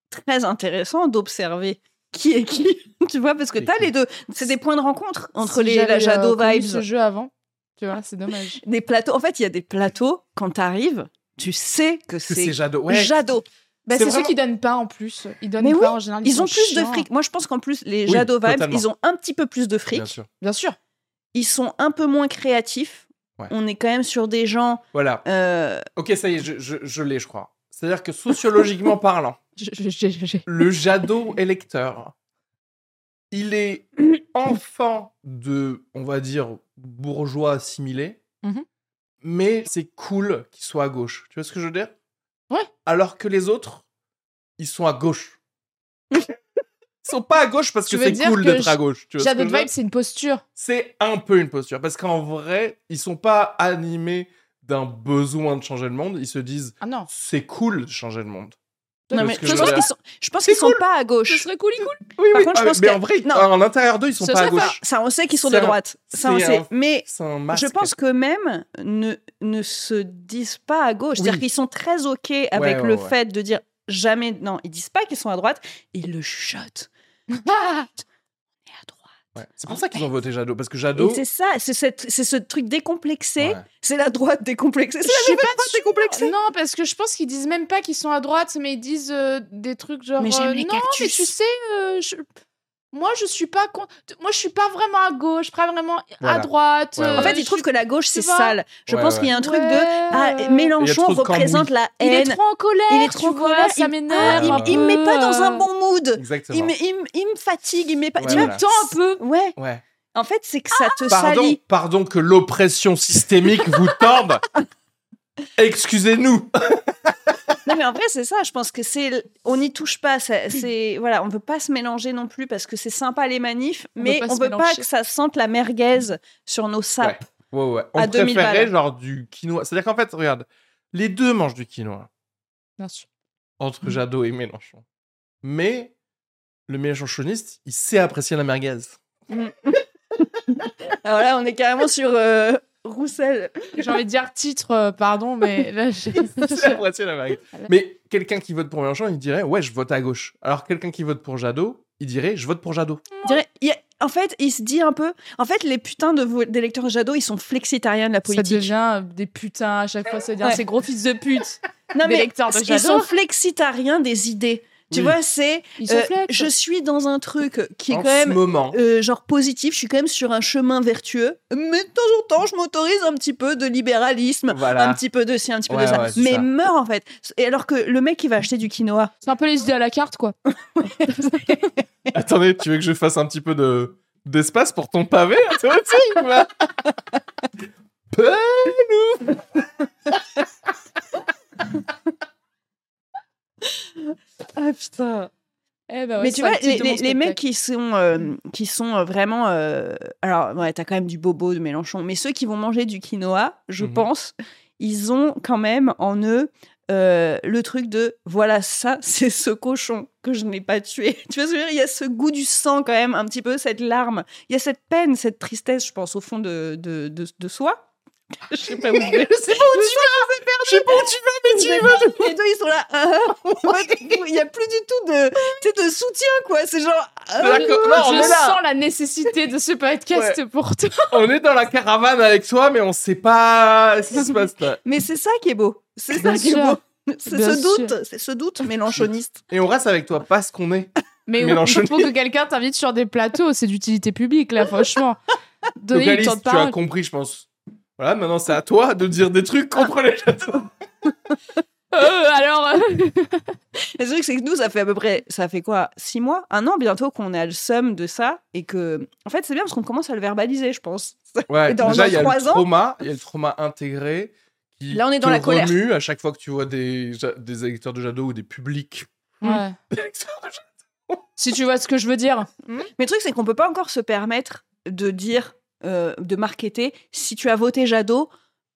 [SPEAKER 3] très intéressant d'observer qui est qui, tu vois, parce que
[SPEAKER 1] Et
[SPEAKER 3] t'as
[SPEAKER 1] qui.
[SPEAKER 3] les deux. C'est des points de rencontre entre
[SPEAKER 2] Si
[SPEAKER 3] les la
[SPEAKER 2] j'avais, euh,
[SPEAKER 3] Jadot
[SPEAKER 2] connu
[SPEAKER 3] vibes.
[SPEAKER 2] ce jeu avant, tu vois, c'est dommage.
[SPEAKER 3] Des plateaux. En fait, il y a des plateaux, quand t'arrives, tu sais que
[SPEAKER 1] Que c'est
[SPEAKER 3] c'est
[SPEAKER 1] Jadot. Ouais.
[SPEAKER 3] Jadot.
[SPEAKER 2] Bah,
[SPEAKER 1] C'est
[SPEAKER 2] c'est
[SPEAKER 1] vraiment-
[SPEAKER 2] ceux qui donnent pas en plus. Ils donnent
[SPEAKER 3] Mais
[SPEAKER 2] pas
[SPEAKER 3] oui,
[SPEAKER 2] en général.
[SPEAKER 3] Ils, ont
[SPEAKER 2] sont
[SPEAKER 3] plus de
[SPEAKER 2] chiants.
[SPEAKER 3] fric. Moi, je pense qu'en plus, les
[SPEAKER 1] Oui,
[SPEAKER 3] Jadot vibes,
[SPEAKER 1] totalement.
[SPEAKER 3] ils ont un petit peu plus de fric.
[SPEAKER 1] Bien sûr.
[SPEAKER 2] Bien sûr.
[SPEAKER 3] Ils sont un peu moins créatifs.
[SPEAKER 1] Ouais.
[SPEAKER 3] On est quand même sur des gens.
[SPEAKER 1] Voilà.
[SPEAKER 3] euh,
[SPEAKER 1] Ok, ça y est, je, je- je l'ai, je crois. C'est-à-dire que sociologiquement parlant,
[SPEAKER 2] Je- je- je- je- je-
[SPEAKER 1] le Jadot électeur. Il est enfant de, on va dire, bourgeois assimilé,
[SPEAKER 2] Mhm.
[SPEAKER 1] mais c'est cool qu'il soit à gauche. Tu vois ce que je veux dire
[SPEAKER 2] Ouais.
[SPEAKER 1] Alors que les autres, ils sont à gauche. ils sont pas à gauche parce
[SPEAKER 2] Tu
[SPEAKER 1] que
[SPEAKER 2] veux
[SPEAKER 1] c'est
[SPEAKER 2] dire
[SPEAKER 1] cool
[SPEAKER 2] que
[SPEAKER 1] d'être à
[SPEAKER 2] j-
[SPEAKER 1] gauche. Tu vois ce que
[SPEAKER 2] Jadot
[SPEAKER 1] je veux dire
[SPEAKER 2] Vibe, c'est une posture.
[SPEAKER 1] c'est un peu une posture. Parce qu'en vrai, ils sont pas animés d'un besoin de changer le monde. Ils se disent,
[SPEAKER 2] Ah non.
[SPEAKER 1] c'est cool de changer le monde.
[SPEAKER 3] non,
[SPEAKER 1] Parce
[SPEAKER 3] mais
[SPEAKER 1] que je
[SPEAKER 3] je pense
[SPEAKER 1] veux
[SPEAKER 3] qu'ils
[SPEAKER 1] dire-
[SPEAKER 3] sont, je pense qu'ils
[SPEAKER 1] C'est
[SPEAKER 3] sont
[SPEAKER 1] cool.
[SPEAKER 3] pas à
[SPEAKER 2] Ce
[SPEAKER 3] gauche.
[SPEAKER 2] serait cool, cool.
[SPEAKER 1] Oui,
[SPEAKER 3] Par
[SPEAKER 1] oui.
[SPEAKER 3] contre, je
[SPEAKER 1] Ah,
[SPEAKER 3] pense
[SPEAKER 1] mais
[SPEAKER 3] que-
[SPEAKER 1] en vrai,
[SPEAKER 3] non.
[SPEAKER 1] à l'intérieur d'eux, ils sont
[SPEAKER 2] Ce
[SPEAKER 1] pas à
[SPEAKER 2] serait pas-
[SPEAKER 1] gauche.
[SPEAKER 3] Ça, on sait qu'ils sont de
[SPEAKER 1] C'est un-
[SPEAKER 3] droite. Ça, on
[SPEAKER 1] c'est
[SPEAKER 3] sait.
[SPEAKER 1] un
[SPEAKER 3] Mais
[SPEAKER 1] C'est un masque.
[SPEAKER 3] Je pense que même ne, ne se disent pas à gauche. C'est-à-dire
[SPEAKER 1] Oui.
[SPEAKER 3] qu'ils sont très OK avec
[SPEAKER 1] ouais,
[SPEAKER 3] le
[SPEAKER 1] ouais.
[SPEAKER 3] fait de dire jamais. Non, ils disent pas qu'ils sont à droite, ils le chuchotent.
[SPEAKER 2] Ah
[SPEAKER 3] Et à droite.
[SPEAKER 1] Ouais. C'est pour ça qu'ils ont voté Jadot, parce que Jadot.
[SPEAKER 3] Et c'est ça, c'est cette- c'est ce truc décomplexé.
[SPEAKER 1] Ouais.
[SPEAKER 3] C'est la droite décomplexée. C'est la
[SPEAKER 2] Je sais
[SPEAKER 3] nouvelle
[SPEAKER 2] pas
[SPEAKER 3] droite décomplexée.
[SPEAKER 2] Non, parce que je pense qu'ils disent même pas qu'ils sont à droite, mais ils disent euh, des trucs genre.
[SPEAKER 3] Mais j'aime
[SPEAKER 2] euh,
[SPEAKER 3] les
[SPEAKER 2] non,
[SPEAKER 3] cactus.
[SPEAKER 2] mais tu sais, euh, je- moi je suis pas con- moi je suis pas vraiment à gauche, pas vraiment à
[SPEAKER 1] Voilà.
[SPEAKER 2] droite.
[SPEAKER 1] Ouais, ouais.
[SPEAKER 3] En
[SPEAKER 2] euh,
[SPEAKER 3] fait,
[SPEAKER 2] je-
[SPEAKER 3] ils trouvent que la gauche, c'est
[SPEAKER 2] tu vois
[SPEAKER 3] sale. Je
[SPEAKER 1] Ouais,
[SPEAKER 3] pense
[SPEAKER 1] ouais.
[SPEAKER 3] qu'il y a un truc de.
[SPEAKER 2] Ouais, euh,
[SPEAKER 3] Ah,
[SPEAKER 1] Il y a trop
[SPEAKER 3] Mélenchon
[SPEAKER 1] de cambouis.
[SPEAKER 3] représente la
[SPEAKER 2] Il est
[SPEAKER 3] haine.
[SPEAKER 2] trop en colère.
[SPEAKER 3] Il est trop en
[SPEAKER 2] tu vois,
[SPEAKER 3] colère.
[SPEAKER 2] Ça
[SPEAKER 3] il-
[SPEAKER 2] m'énerve.
[SPEAKER 3] Ah,
[SPEAKER 2] un
[SPEAKER 1] il-
[SPEAKER 3] Il me met
[SPEAKER 2] peu,
[SPEAKER 3] pas dans un
[SPEAKER 2] euh,
[SPEAKER 3] bon mood.
[SPEAKER 1] Exactement.
[SPEAKER 3] Il me, il me- il me fatigue. Il me met pas.
[SPEAKER 1] Ouais,
[SPEAKER 3] tu
[SPEAKER 2] Il
[SPEAKER 3] vois,
[SPEAKER 1] voilà.
[SPEAKER 2] me tend un peu.
[SPEAKER 3] Ouais.
[SPEAKER 1] Ouais.
[SPEAKER 3] En fait, c'est que ça te
[SPEAKER 1] Pardon,
[SPEAKER 3] salit.
[SPEAKER 1] pardon que l'oppression systémique vous torde. Excusez-nous.
[SPEAKER 3] Non, mais en vrai, c'est ça. Je pense que c'est. On n'y touche pas. ça- C'est voilà, on veut pas se mélanger non plus parce que c'est sympa les manifs,
[SPEAKER 2] On
[SPEAKER 3] mais
[SPEAKER 2] veut pas
[SPEAKER 3] on
[SPEAKER 2] se
[SPEAKER 3] veut pas
[SPEAKER 2] mélanger.
[SPEAKER 3] que ça sente la merguez sur nos sapes.
[SPEAKER 1] Ouais, ouais. On
[SPEAKER 3] À 2000
[SPEAKER 1] préférait
[SPEAKER 3] balles.
[SPEAKER 1] genre du quinoa. C'est-à-dire qu'en fait, regarde, les deux mangent du quinoa
[SPEAKER 2] Bien sûr.
[SPEAKER 1] entre
[SPEAKER 3] Mm.
[SPEAKER 2] Mhm.
[SPEAKER 1] Jadot et Mélenchon. Mais le Mélenchoniste, il sait apprécier la merguez.
[SPEAKER 3] Alors là, Ah, on est carrément sur euh, Roussel.
[SPEAKER 2] J'ai envie de dire titre, euh, pardon, mais là, j'ai-
[SPEAKER 1] Il sait apprécier la merguez.
[SPEAKER 2] Voilà.
[SPEAKER 1] Mais quelqu'un qui vote pour Mélenchon, il dirait ouais, je vote à gauche. Alors quelqu'un qui vote pour Jadot, il dirait je vote pour Jadot.
[SPEAKER 3] On dirait- il y a- En fait, il se dit un peu. En fait, les putains de vo- d'électeurs Jadot, ils sont flexitariens de la
[SPEAKER 2] ça
[SPEAKER 3] politique.
[SPEAKER 2] devient des putains à chaque fois. Ça devient
[SPEAKER 3] Ouais.
[SPEAKER 2] ces gros fils de pute.
[SPEAKER 3] Non
[SPEAKER 2] des
[SPEAKER 3] mais
[SPEAKER 2] lecteurs de
[SPEAKER 3] ils
[SPEAKER 2] Jadot.
[SPEAKER 3] sont flexitariens des idées. Tu
[SPEAKER 1] Oui.
[SPEAKER 3] vois, c'est
[SPEAKER 2] Ils sont
[SPEAKER 3] euh,
[SPEAKER 2] flex.
[SPEAKER 3] je suis dans un truc qui est
[SPEAKER 1] en
[SPEAKER 3] quand même
[SPEAKER 1] ce moment.
[SPEAKER 3] euh, genre positif, je suis quand même sur un chemin vertueux, mais de temps en temps, je m'autorise un petit peu de libéralisme,
[SPEAKER 1] Voilà.
[SPEAKER 3] un petit peu de ci, un petit peu
[SPEAKER 1] Ah. Ouais,
[SPEAKER 3] de ça.
[SPEAKER 1] ouais, c'est
[SPEAKER 3] mais
[SPEAKER 1] ça.
[SPEAKER 3] meurs en fait. Et alors que le mec qui va acheter du quinoa,
[SPEAKER 2] C'est un peu les idées à la carte, quoi.
[SPEAKER 1] Attendez, tu veux que je fasse un petit peu de d'espace pour ton pavé hein, toi aussi, quoi Peu-
[SPEAKER 3] ah putain.
[SPEAKER 2] Eh ben ouais,
[SPEAKER 3] mais
[SPEAKER 2] c'est
[SPEAKER 3] tu
[SPEAKER 2] ça,
[SPEAKER 3] vois,
[SPEAKER 2] le titre
[SPEAKER 3] les,
[SPEAKER 2] de mon
[SPEAKER 3] les- les mecs
[SPEAKER 2] spectacle.
[SPEAKER 3] qui sont euh, qui sont euh, vraiment, euh, alors ouais, t'as quand même du bobo de Mélenchon, mais ceux qui vont manger du quinoa, je
[SPEAKER 1] Mhm.
[SPEAKER 3] pense, ils ont quand même en eux. euh, le truc de voilà ça c'est ce cochon que je n'ai pas tué tu vois ce que je veux dire il y a ce goût du sang quand même un petit peu cette larme il y a cette peine cette tristesse je pense au fond de de, de, de soi je sais pas où je vais.
[SPEAKER 1] Je sais pas où tu vas Je sais pas où tu vas, mais tu y vas
[SPEAKER 3] les deux ils sont là ah, ah. il y a plus du tout de tu sais, de soutien quoi c'est genre ah,
[SPEAKER 1] D'accord, non, on
[SPEAKER 2] je
[SPEAKER 1] est là.
[SPEAKER 2] sens la nécessité de ce podcast pour toi.
[SPEAKER 1] On est dans la caravane avec toi, mais on sait pas ce qui se passe là.
[SPEAKER 3] Mais c'est ça qui est beau. C'est ça
[SPEAKER 2] Bien
[SPEAKER 3] qui est
[SPEAKER 2] sûr.
[SPEAKER 3] beau. C'est
[SPEAKER 2] Bien
[SPEAKER 3] ce doute,
[SPEAKER 2] sûr.
[SPEAKER 3] c'est ce doute mélanchoniste.
[SPEAKER 1] Et on reste avec toi parce qu'on est.
[SPEAKER 2] Mais il
[SPEAKER 1] Mélenchon.
[SPEAKER 2] faut que quelqu'un t'invite sur des plateaux. C'est d'utilité publique, là, franchement.
[SPEAKER 1] Donc
[SPEAKER 2] Donner le
[SPEAKER 1] Alice,
[SPEAKER 2] temps de
[SPEAKER 1] tu as
[SPEAKER 2] parole.
[SPEAKER 1] compris, je pense. Voilà, maintenant c'est à toi de dire des trucs contre les châteaux.
[SPEAKER 2] Euh, alors, euh,
[SPEAKER 3] Le truc, c'est que nous, ça fait à peu près, ça fait quoi, six mois, un an bientôt qu'on a le somme de ça et que, en fait, c'est bien parce qu'on commence à le verbaliser, je pense.
[SPEAKER 1] Ouais,
[SPEAKER 3] Et dans-
[SPEAKER 1] déjà
[SPEAKER 3] dans
[SPEAKER 1] il y a le
[SPEAKER 3] trois ans-
[SPEAKER 1] trauma, il y a le trauma intégré. Qui
[SPEAKER 3] Là, on est dans
[SPEAKER 1] te
[SPEAKER 3] la colère.
[SPEAKER 1] remue à chaque fois que tu vois des, ja- des électeurs de Jadot ou des publics.
[SPEAKER 3] Mm.
[SPEAKER 2] ouais. si tu vois ce que je veux dire.
[SPEAKER 3] Mais le truc, c'est qu'on peut pas encore se permettre de dire, euh, de marketer, si tu as voté Jadot,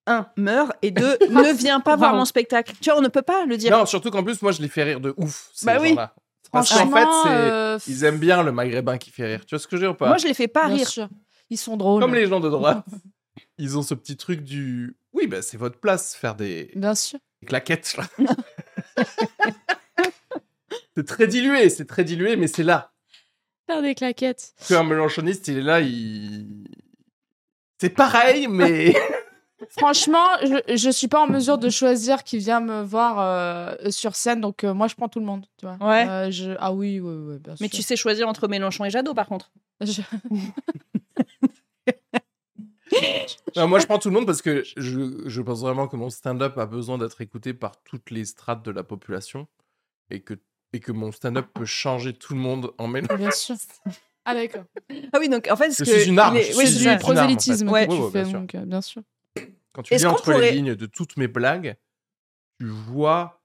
[SPEAKER 3] un, meurs et deux, ne viens pas voir
[SPEAKER 2] Wow.
[SPEAKER 3] mon spectacle. Tu vois, on ne peut pas le dire.
[SPEAKER 1] Non, surtout qu'en plus, moi je les fais rire de ouf. Ces
[SPEAKER 3] Bah oui.
[SPEAKER 1] gens-là. Parce qu'en
[SPEAKER 2] Franchement,
[SPEAKER 1] fait, c'est-
[SPEAKER 2] euh,
[SPEAKER 1] ils aiment bien le maghrébin qui fait rire. Tu vois ce que je veux dire ou pas
[SPEAKER 3] Moi, je les fais pas
[SPEAKER 2] bien
[SPEAKER 3] rire.
[SPEAKER 2] sûr. Ils sont drôles.
[SPEAKER 1] Comme les gens de droite, ils ont ce petit truc du. Oui, bah, c'est votre place, faire des,
[SPEAKER 2] Bien sûr.
[SPEAKER 1] des claquettes. là. c'est très dilué, c'est très dilué, mais c'est là.
[SPEAKER 2] Faire des claquettes.
[SPEAKER 1] Parce qu'un mélanchoniste, il est là, il. C'est pareil, mais.
[SPEAKER 2] Franchement, je, je suis pas en mesure de choisir qui vient me voir euh, sur scène, donc euh, moi je prends tout le monde. Tu vois.
[SPEAKER 3] Ouais.
[SPEAKER 2] Euh, je- Ah oui, oui, oui, bien sûr.
[SPEAKER 3] Mais tu sais choisir entre Mélenchon et Jadot, par contre.
[SPEAKER 2] Je-
[SPEAKER 1] Non, moi, je prends tout le monde parce que je, je pense vraiment que mon stand-up a besoin d'être écouté par toutes les strates de la population et que, et que mon stand-up peut changer tout le monde en mélange.
[SPEAKER 2] Bien sûr. Ah d'accord.
[SPEAKER 3] Ah oui, donc en fait,
[SPEAKER 1] Je
[SPEAKER 3] ce que
[SPEAKER 1] suis une arme,
[SPEAKER 3] il est-
[SPEAKER 1] je
[SPEAKER 3] oui,
[SPEAKER 1] suis
[SPEAKER 3] c'est
[SPEAKER 1] une
[SPEAKER 3] ça.
[SPEAKER 2] du
[SPEAKER 1] arme, en fait.
[SPEAKER 2] prosélytisme
[SPEAKER 3] Ouais.
[SPEAKER 2] que tu
[SPEAKER 1] Ouais, ouais,
[SPEAKER 2] fais,
[SPEAKER 1] bien sûr.
[SPEAKER 2] donc euh, bien sûr.
[SPEAKER 1] Quand tu
[SPEAKER 3] Est-ce
[SPEAKER 1] lis
[SPEAKER 3] qu'on
[SPEAKER 1] entre les
[SPEAKER 3] pourrait-
[SPEAKER 1] lignes de toutes mes blagues, tu vois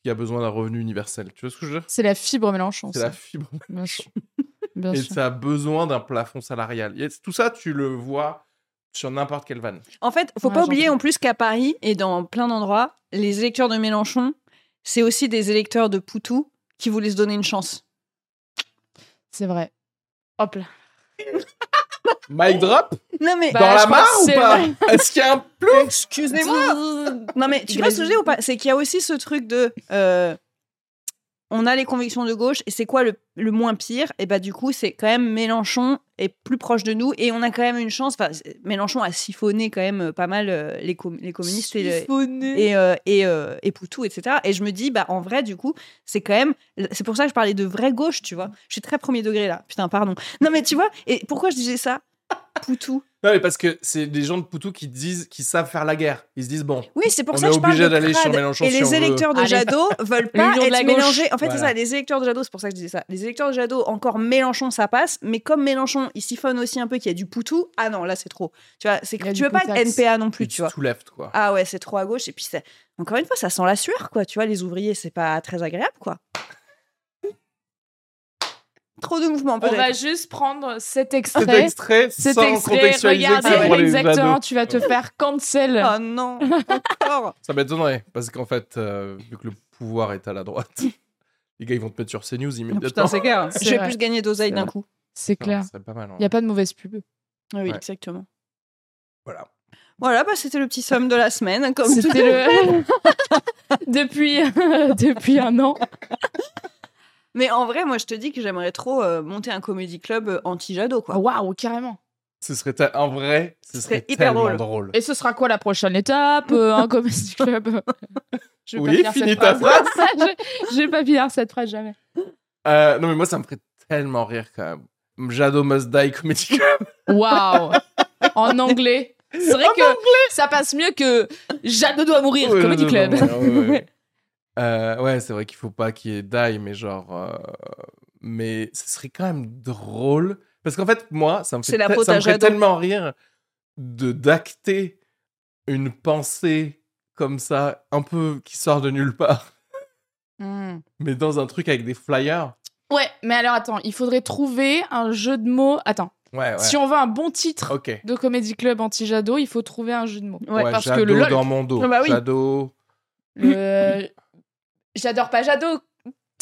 [SPEAKER 1] qu'il y a besoin d'un revenu universel. Tu vois ce que je veux dire
[SPEAKER 2] C'est la fibre Mélenchon.
[SPEAKER 1] C'est
[SPEAKER 2] ça.
[SPEAKER 1] la fibre.
[SPEAKER 2] Bien sûr. Bien
[SPEAKER 1] Et
[SPEAKER 2] sûr.
[SPEAKER 1] ça a besoin d'un plafond salarial. Et tout ça, tu le vois sur n'importe quelle vanne.
[SPEAKER 2] Oh,
[SPEAKER 3] En fait, faut
[SPEAKER 2] Ouais,
[SPEAKER 3] pas oublier
[SPEAKER 2] j'entends.
[SPEAKER 3] en plus qu'à Paris et dans plein d'endroits, les électeurs de Mélenchon, c'est aussi des électeurs de Poutou qui voulaient se donner une chance.
[SPEAKER 2] C'est vrai. Hop là.
[SPEAKER 1] Mic drop
[SPEAKER 3] Non mais
[SPEAKER 2] Bah,
[SPEAKER 1] Dans
[SPEAKER 2] je
[SPEAKER 1] la
[SPEAKER 2] crois
[SPEAKER 1] mare
[SPEAKER 2] que
[SPEAKER 1] ou
[SPEAKER 2] c'est
[SPEAKER 1] pas
[SPEAKER 2] vrai.
[SPEAKER 1] Est-ce qu'il y a un plomb
[SPEAKER 3] excusez-moi. Non mais tu vois ce que je veux dire ou pas C'est qu'il y a aussi ce truc de euh, on a les convictions de gauche et c'est quoi le, le moins pire Et bah du coup c'est quand même Mélenchon est plus proche de nous et on a quand même une chance. Enfin c'est- Mélenchon a siphonné quand même euh, pas mal euh, les, com- les communistes et, le-
[SPEAKER 2] Siphonné.
[SPEAKER 3] et, euh, et, euh, et Poutou, etc. Et je me dis, bah, en vrai, du coup, c'est quand même. C'est pour ça que je parlais de vraie
[SPEAKER 2] Mm.
[SPEAKER 3] gauche, tu vois. Je suis très premier degré là. Putain, pardon. Non, mais tu vois, et pourquoi je disais ça Poutou,
[SPEAKER 1] Non, mais parce que c'est des gens de Poutou qui disent, qui savent faire la guerre. Ils se disent, bon,
[SPEAKER 3] Oui, c'est pour
[SPEAKER 1] On
[SPEAKER 3] ça
[SPEAKER 1] est
[SPEAKER 3] que je parle
[SPEAKER 1] obligé
[SPEAKER 3] de
[SPEAKER 1] d'aller sur
[SPEAKER 3] crade.
[SPEAKER 1] Mélenchon
[SPEAKER 3] Et
[SPEAKER 1] si on
[SPEAKER 3] les
[SPEAKER 1] veut.
[SPEAKER 3] électeurs de
[SPEAKER 2] Allez.
[SPEAKER 3] Jadot veulent pas
[SPEAKER 2] L'union de la
[SPEAKER 3] être
[SPEAKER 2] gauche.
[SPEAKER 3] mélangés. En fait, c'est
[SPEAKER 1] Voilà.
[SPEAKER 3] ça, les électeurs de Jadot, c'est pour ça que je disais ça. Les électeurs de Jadot, encore Mélenchon, ça passe, mais comme Mélenchon, il siphonne aussi un peu qu'il y a du poutou, ah non, là, c'est trop. Tu vois, c'est
[SPEAKER 2] Il y a
[SPEAKER 3] que
[SPEAKER 2] du
[SPEAKER 3] tu veux pas être
[SPEAKER 2] poutax.
[SPEAKER 3] NPA non plus,
[SPEAKER 1] plus
[SPEAKER 3] tu vois.
[SPEAKER 1] tout left, quoi.
[SPEAKER 3] Ah ouais, c'est trop à gauche. Et puis, c'est- encore une fois, ça sent la sueur, quoi. Tu vois, les ouvriers, c'est pas très agréable, quoi. Trop de mouvements,
[SPEAKER 2] On va
[SPEAKER 3] peut-être.
[SPEAKER 2] juste prendre cet
[SPEAKER 1] Cet
[SPEAKER 2] extrait.
[SPEAKER 1] extrait,
[SPEAKER 2] Cet
[SPEAKER 1] sans
[SPEAKER 2] extrait,
[SPEAKER 1] contextualiser que
[SPEAKER 2] regardez,
[SPEAKER 1] c'est pour les
[SPEAKER 2] exactement,
[SPEAKER 1] ados.
[SPEAKER 2] tu vas te faire cancel.
[SPEAKER 3] Oh non, encore.
[SPEAKER 1] Ça m'étonnerait, parce qu'en fait, euh, vu que le pouvoir est à la droite, les gars, ils vont te mettre sur CNews
[SPEAKER 3] Oh,
[SPEAKER 1] immédiatement.
[SPEAKER 3] putain, c'est clair.
[SPEAKER 2] C'est
[SPEAKER 3] Je vais
[SPEAKER 2] vrai.
[SPEAKER 3] plus gagner d'oseille d'un
[SPEAKER 1] vrai.
[SPEAKER 3] coup.
[SPEAKER 2] C'est clair.
[SPEAKER 1] Ça serait pas mal. hein.
[SPEAKER 2] Il n'y a pas de mauvaise pub.
[SPEAKER 3] Ah Oui,
[SPEAKER 1] Ouais.
[SPEAKER 3] exactement.
[SPEAKER 1] Voilà.
[SPEAKER 3] Voilà, bah, c'était le petit somme de la semaine. Comme tout
[SPEAKER 2] C'était le. depuis, depuis un an.
[SPEAKER 3] Mais en vrai, moi, je te dis que j'aimerais trop euh, monter un comedy club euh, anti-jadot, quoi.
[SPEAKER 2] Waouh, carrément.
[SPEAKER 1] Ce serait te- en vrai, ce serait
[SPEAKER 3] serait hyper
[SPEAKER 1] tellement
[SPEAKER 3] drôle.
[SPEAKER 1] drôle.
[SPEAKER 2] Et ce sera quoi la prochaine étape euh, Un comedy club Je vais
[SPEAKER 1] Oui,
[SPEAKER 2] pas finir
[SPEAKER 1] finis
[SPEAKER 2] cette
[SPEAKER 1] ta
[SPEAKER 2] phrase. je, je vais pas finir cette phrase jamais.
[SPEAKER 1] Euh, non, mais moi, ça me ferait tellement rire quand même. Jadot must die comedy club.
[SPEAKER 2] Waouh En anglais. C'est vrai que ça passe mieux que Jadot doit mourir,
[SPEAKER 1] Ouais,
[SPEAKER 2] Comedy
[SPEAKER 1] non,
[SPEAKER 2] Club.
[SPEAKER 1] non, non, ouais, ouais. Euh, ouais, c'est vrai qu'il faut pas qu'il y ait die, mais genre. euh, Mais ce serait quand même drôle. Parce qu'en fait, moi, ça me
[SPEAKER 3] C'est
[SPEAKER 1] fait,
[SPEAKER 3] la
[SPEAKER 1] te-
[SPEAKER 3] peau
[SPEAKER 1] ça
[SPEAKER 3] d'un
[SPEAKER 1] me fait
[SPEAKER 3] Jadot.
[SPEAKER 1] tellement rire de d'acter une pensée comme ça, un peu qui sort de nulle part,
[SPEAKER 3] Mmh.
[SPEAKER 2] Hmm.
[SPEAKER 1] mais dans un truc avec des flyers.
[SPEAKER 2] Ouais, mais alors attends, il faudrait trouver un jeu de mots. Attends,
[SPEAKER 1] Ouais, ouais.
[SPEAKER 2] si on veut un bon titre
[SPEAKER 1] Ok. Ouais,
[SPEAKER 2] de Comedy Club anti-Jadot, il faut trouver un jeu de mots.
[SPEAKER 3] Ouais,
[SPEAKER 2] parce que
[SPEAKER 1] Jadot
[SPEAKER 2] le lol-
[SPEAKER 1] dans mon dos.
[SPEAKER 3] Ah bah oui.
[SPEAKER 1] Jadot.
[SPEAKER 2] Le- Euh, J'adore pas Jadot,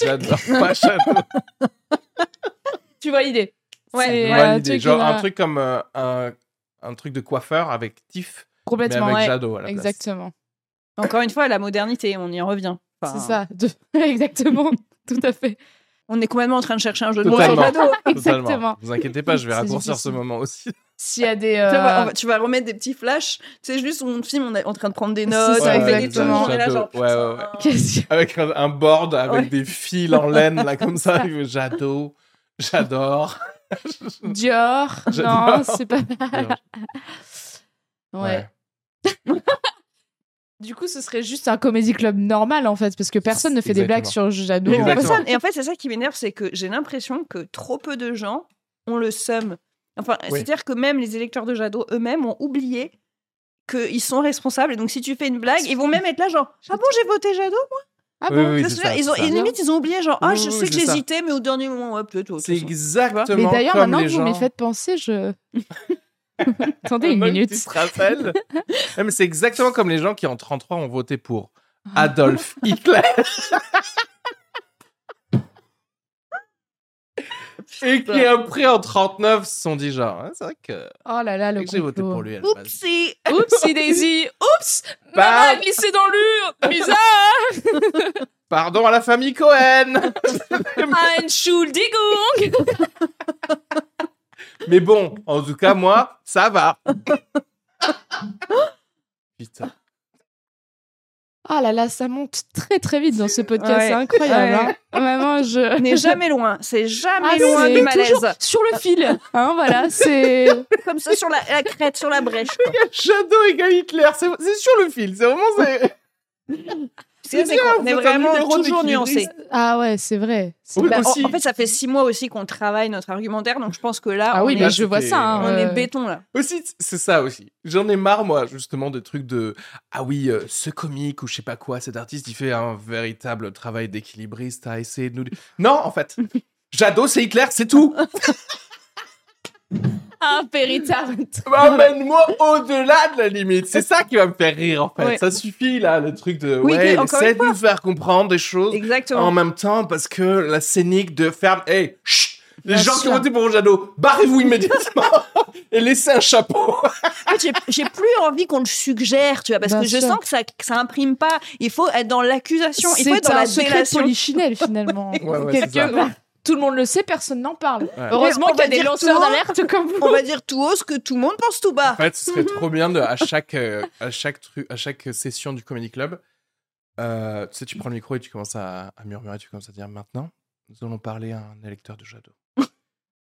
[SPEAKER 1] J'adore pas Jadot.
[SPEAKER 2] tu vois l'idée.
[SPEAKER 3] Ouais.
[SPEAKER 2] C'est,
[SPEAKER 1] Une
[SPEAKER 2] euh,
[SPEAKER 1] bonne
[SPEAKER 2] un
[SPEAKER 1] idée.
[SPEAKER 2] truc
[SPEAKER 1] Genre
[SPEAKER 2] qui
[SPEAKER 1] un
[SPEAKER 2] va-
[SPEAKER 1] truc comme euh, un, un truc de coiffeur avec Tiff, mais
[SPEAKER 2] Complètement,
[SPEAKER 1] avec
[SPEAKER 2] ouais.
[SPEAKER 1] Jadot à la place.
[SPEAKER 2] Exactement.
[SPEAKER 3] Encore une fois, la modernité, on y revient. Enfin,
[SPEAKER 2] C'est ça. De- Exactement. Tout à fait.
[SPEAKER 3] On est complètement en train de chercher un jeu de mots sur
[SPEAKER 1] Totalement.
[SPEAKER 3] Jadot.
[SPEAKER 1] Totalement.
[SPEAKER 2] Exactement.
[SPEAKER 1] Vous inquiétez pas, je vais
[SPEAKER 2] C'est
[SPEAKER 1] raccourcir ce
[SPEAKER 2] difficile.
[SPEAKER 1] moment aussi.
[SPEAKER 2] S'il y a des.
[SPEAKER 3] Tu vois, on
[SPEAKER 2] euh,
[SPEAKER 3] va- tu vas remettre des petits flashs. C'est juste on filme, on est en train de prendre des
[SPEAKER 2] C'est
[SPEAKER 3] notes,
[SPEAKER 2] ça,
[SPEAKER 3] on fait des
[SPEAKER 2] exactement.
[SPEAKER 3] trucs, on est là, genre,
[SPEAKER 1] Jadot. Ouais, ouais,
[SPEAKER 3] putain.
[SPEAKER 2] qu'est-ce que-
[SPEAKER 1] Avec un, un board, avec
[SPEAKER 3] Ouais.
[SPEAKER 1] des fils en laine, là, comme ça. J'adore. J'adore.
[SPEAKER 2] Dior.
[SPEAKER 1] J'adore.
[SPEAKER 2] Non, c'est pas mal. Ouais. Du coup, ce serait juste un comédie club normal en fait, parce que personne ne fait des
[SPEAKER 1] Exactement.
[SPEAKER 2] blagues sur Jadot.
[SPEAKER 3] Mais
[SPEAKER 1] Exactement.
[SPEAKER 3] personne- Et en fait, c'est ça qui m'énerve, c'est que j'ai l'impression que trop peu de gens ont le seum. Enfin,
[SPEAKER 1] Oui.
[SPEAKER 3] c'est-à-dire que même les électeurs de Jadot eux-mêmes ont oublié qu'ils sont responsables. Et donc, si tu fais une blague, ils vont même être là, genre, ah bon, j'ai voté Jadot.
[SPEAKER 2] Ah
[SPEAKER 1] Oui,
[SPEAKER 2] bon
[SPEAKER 1] oui,
[SPEAKER 3] Ça,
[SPEAKER 1] c'est
[SPEAKER 3] c'est
[SPEAKER 1] ça,
[SPEAKER 3] vrai. ils
[SPEAKER 1] c'est
[SPEAKER 3] ont,
[SPEAKER 1] ça.
[SPEAKER 3] et limite, ils ont oublié, genre, ah,
[SPEAKER 1] Oui,
[SPEAKER 3] je
[SPEAKER 1] oui,
[SPEAKER 3] sais
[SPEAKER 1] oui,
[SPEAKER 3] que
[SPEAKER 1] c'est ça.
[SPEAKER 3] j'hésitais, mais au dernier moment, ouais, plutôt. de toute
[SPEAKER 1] C'est
[SPEAKER 3] façon.
[SPEAKER 1] exactement.
[SPEAKER 2] Mais d'ailleurs,
[SPEAKER 1] comme
[SPEAKER 2] maintenant que
[SPEAKER 1] les
[SPEAKER 2] vous
[SPEAKER 1] gens...
[SPEAKER 2] me les faites penser, je. Attendez une
[SPEAKER 1] Maintenant que
[SPEAKER 2] minute.
[SPEAKER 1] Ah, Tu te rappelles Non, mais C'est exactement comme les gens qui, en 33, ont voté pour
[SPEAKER 2] Ah.
[SPEAKER 1] Adolf Hitler. Et qui, après, en 39, se sont dit genre, hein, c'est vrai que
[SPEAKER 2] Oh là là, le
[SPEAKER 1] j'ai voté
[SPEAKER 2] complot.
[SPEAKER 1] pour lui Bah. à la base.
[SPEAKER 3] Oupsie
[SPEAKER 2] Oupsie Daisy. Oups. Maman
[SPEAKER 1] Par-
[SPEAKER 2] a glissé dans l'ur. Bizarre.
[SPEAKER 1] Pardon à la famille Cohen
[SPEAKER 2] Entschuldigung.
[SPEAKER 1] Mais bon, en tout cas, moi, ça va. Putain.
[SPEAKER 2] Oh là là, ça monte très très vite dans ce podcast.
[SPEAKER 3] Ouais.
[SPEAKER 2] C'est incroyable. hein. Vraiment, je.
[SPEAKER 3] On n'est jamais loin, c'est jamais
[SPEAKER 2] Ah,
[SPEAKER 3] loin
[SPEAKER 2] c'est
[SPEAKER 3] du malaise.
[SPEAKER 2] toujours sur le fil. Hein, voilà, c'est.
[SPEAKER 3] Comme ça, sur la, la crête, sur la brèche. quoi.
[SPEAKER 1] Shadow égale Hitler, c'est c'est sur le fil, c'est vraiment... c'est-
[SPEAKER 3] C'est
[SPEAKER 1] bien,
[SPEAKER 3] c'est qu'on
[SPEAKER 1] vous
[SPEAKER 3] est
[SPEAKER 1] êtes un
[SPEAKER 3] vraiment
[SPEAKER 1] numéro
[SPEAKER 3] toujours
[SPEAKER 1] d'équilibriste.
[SPEAKER 3] nuancé.
[SPEAKER 2] Ah ouais, c'est vrai. C'est-
[SPEAKER 1] Oui,
[SPEAKER 3] Bah, en,
[SPEAKER 1] aussi.
[SPEAKER 3] en fait, ça fait six mois aussi qu'on travaille notre argumentaire, donc je pense que là,
[SPEAKER 2] Ah oui,
[SPEAKER 3] on,
[SPEAKER 2] mais
[SPEAKER 3] est,
[SPEAKER 1] là,
[SPEAKER 2] je vois
[SPEAKER 1] c'était-
[SPEAKER 2] ça. hein,
[SPEAKER 3] on est
[SPEAKER 2] euh,
[SPEAKER 3] béton là.
[SPEAKER 1] Aussi, t- c'est ça aussi. J'en ai marre, moi, justement, des trucs de... Ah oui, euh, ce comique ou je sais pas quoi, cet artiste, il fait un véritable travail d'équilibriste à essayer de nous... Non, en fait Jadot, c'est Hitler, c'est tout.
[SPEAKER 2] Un véritable.
[SPEAKER 1] Emmène-moi au-delà de la limite. C'est ça qui va me faire rire, en fait.
[SPEAKER 3] Ouais.
[SPEAKER 1] Ça suffit, là, le truc de...
[SPEAKER 3] Oui, mais
[SPEAKER 1] ouais, il
[SPEAKER 3] encore
[SPEAKER 1] essaie
[SPEAKER 3] une
[SPEAKER 1] de nous faire comprendre des
[SPEAKER 2] Oh.
[SPEAKER 1] choses. en
[SPEAKER 3] Exactement.
[SPEAKER 1] même temps parce que la scénique de ferme. Hey, chut Les
[SPEAKER 2] Bien
[SPEAKER 1] gens qui
[SPEAKER 2] sûr.
[SPEAKER 1] ont voté pour Jadot, barrez-vous immédiatement et laissez un chapeau.
[SPEAKER 3] En fait, j'ai- j'ai plus envie qu'on le suggère, tu vois, parce
[SPEAKER 2] Bien
[SPEAKER 3] que je
[SPEAKER 2] sûr.
[SPEAKER 3] sens que ça, que ça imprime pas. Il faut être dans l'accusation, il faut être
[SPEAKER 2] C'est
[SPEAKER 3] dans la
[SPEAKER 2] un secret
[SPEAKER 3] délation.
[SPEAKER 2] polichinelle finalement.
[SPEAKER 1] Ouais, ouais,
[SPEAKER 2] Quelque
[SPEAKER 1] c'est ça.
[SPEAKER 2] part. Tout le monde le sait, personne n'en parle. Heureusement
[SPEAKER 3] Mais
[SPEAKER 2] qu'il
[SPEAKER 3] on
[SPEAKER 2] y
[SPEAKER 3] va
[SPEAKER 2] a des
[SPEAKER 3] dire
[SPEAKER 2] lanceurs
[SPEAKER 3] tout haut.
[SPEAKER 2] d'alerte comme vous.
[SPEAKER 3] On va dire tout haut ce que tout le monde pense tout bas.
[SPEAKER 1] En fait, ce serait trop bien de, à chaque, euh, à chaque truc, à chaque session du Comedy Club, euh, tu sais, tu prends le micro et tu commences à, à murmurer, tu commences à dire maintenant, nous allons parler à un électeur de Jadot.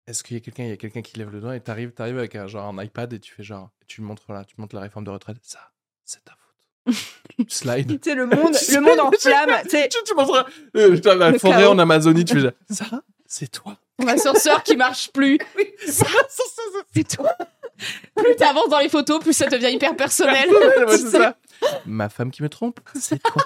[SPEAKER 1] Est-ce qu'il y a quelqu'un, il y a quelqu'un qui lève le doigt et t'arrives, t'arrives avec un genre un iPad et tu fais genre, tu montres là, tu montres la réforme de retraite. Ça, c'est ta faute. Slide.
[SPEAKER 3] Tu sais, le monde, le monde en flamme. Tu sais,
[SPEAKER 1] tu, tu montres euh, putain, la
[SPEAKER 3] Le
[SPEAKER 1] forêt
[SPEAKER 3] chaos.
[SPEAKER 1] en Amazonie, tu fais genre, ça, c'est toi.
[SPEAKER 2] L'ascenseur qui marche plus. Ça, c'est toi. Plus t'avances dans les photos, plus ça devient hyper personnel.
[SPEAKER 1] Ouais, ouais,
[SPEAKER 2] Tu
[SPEAKER 1] c'est
[SPEAKER 2] sais.
[SPEAKER 1] ça. Ma femme qui me trompe, c'est toi.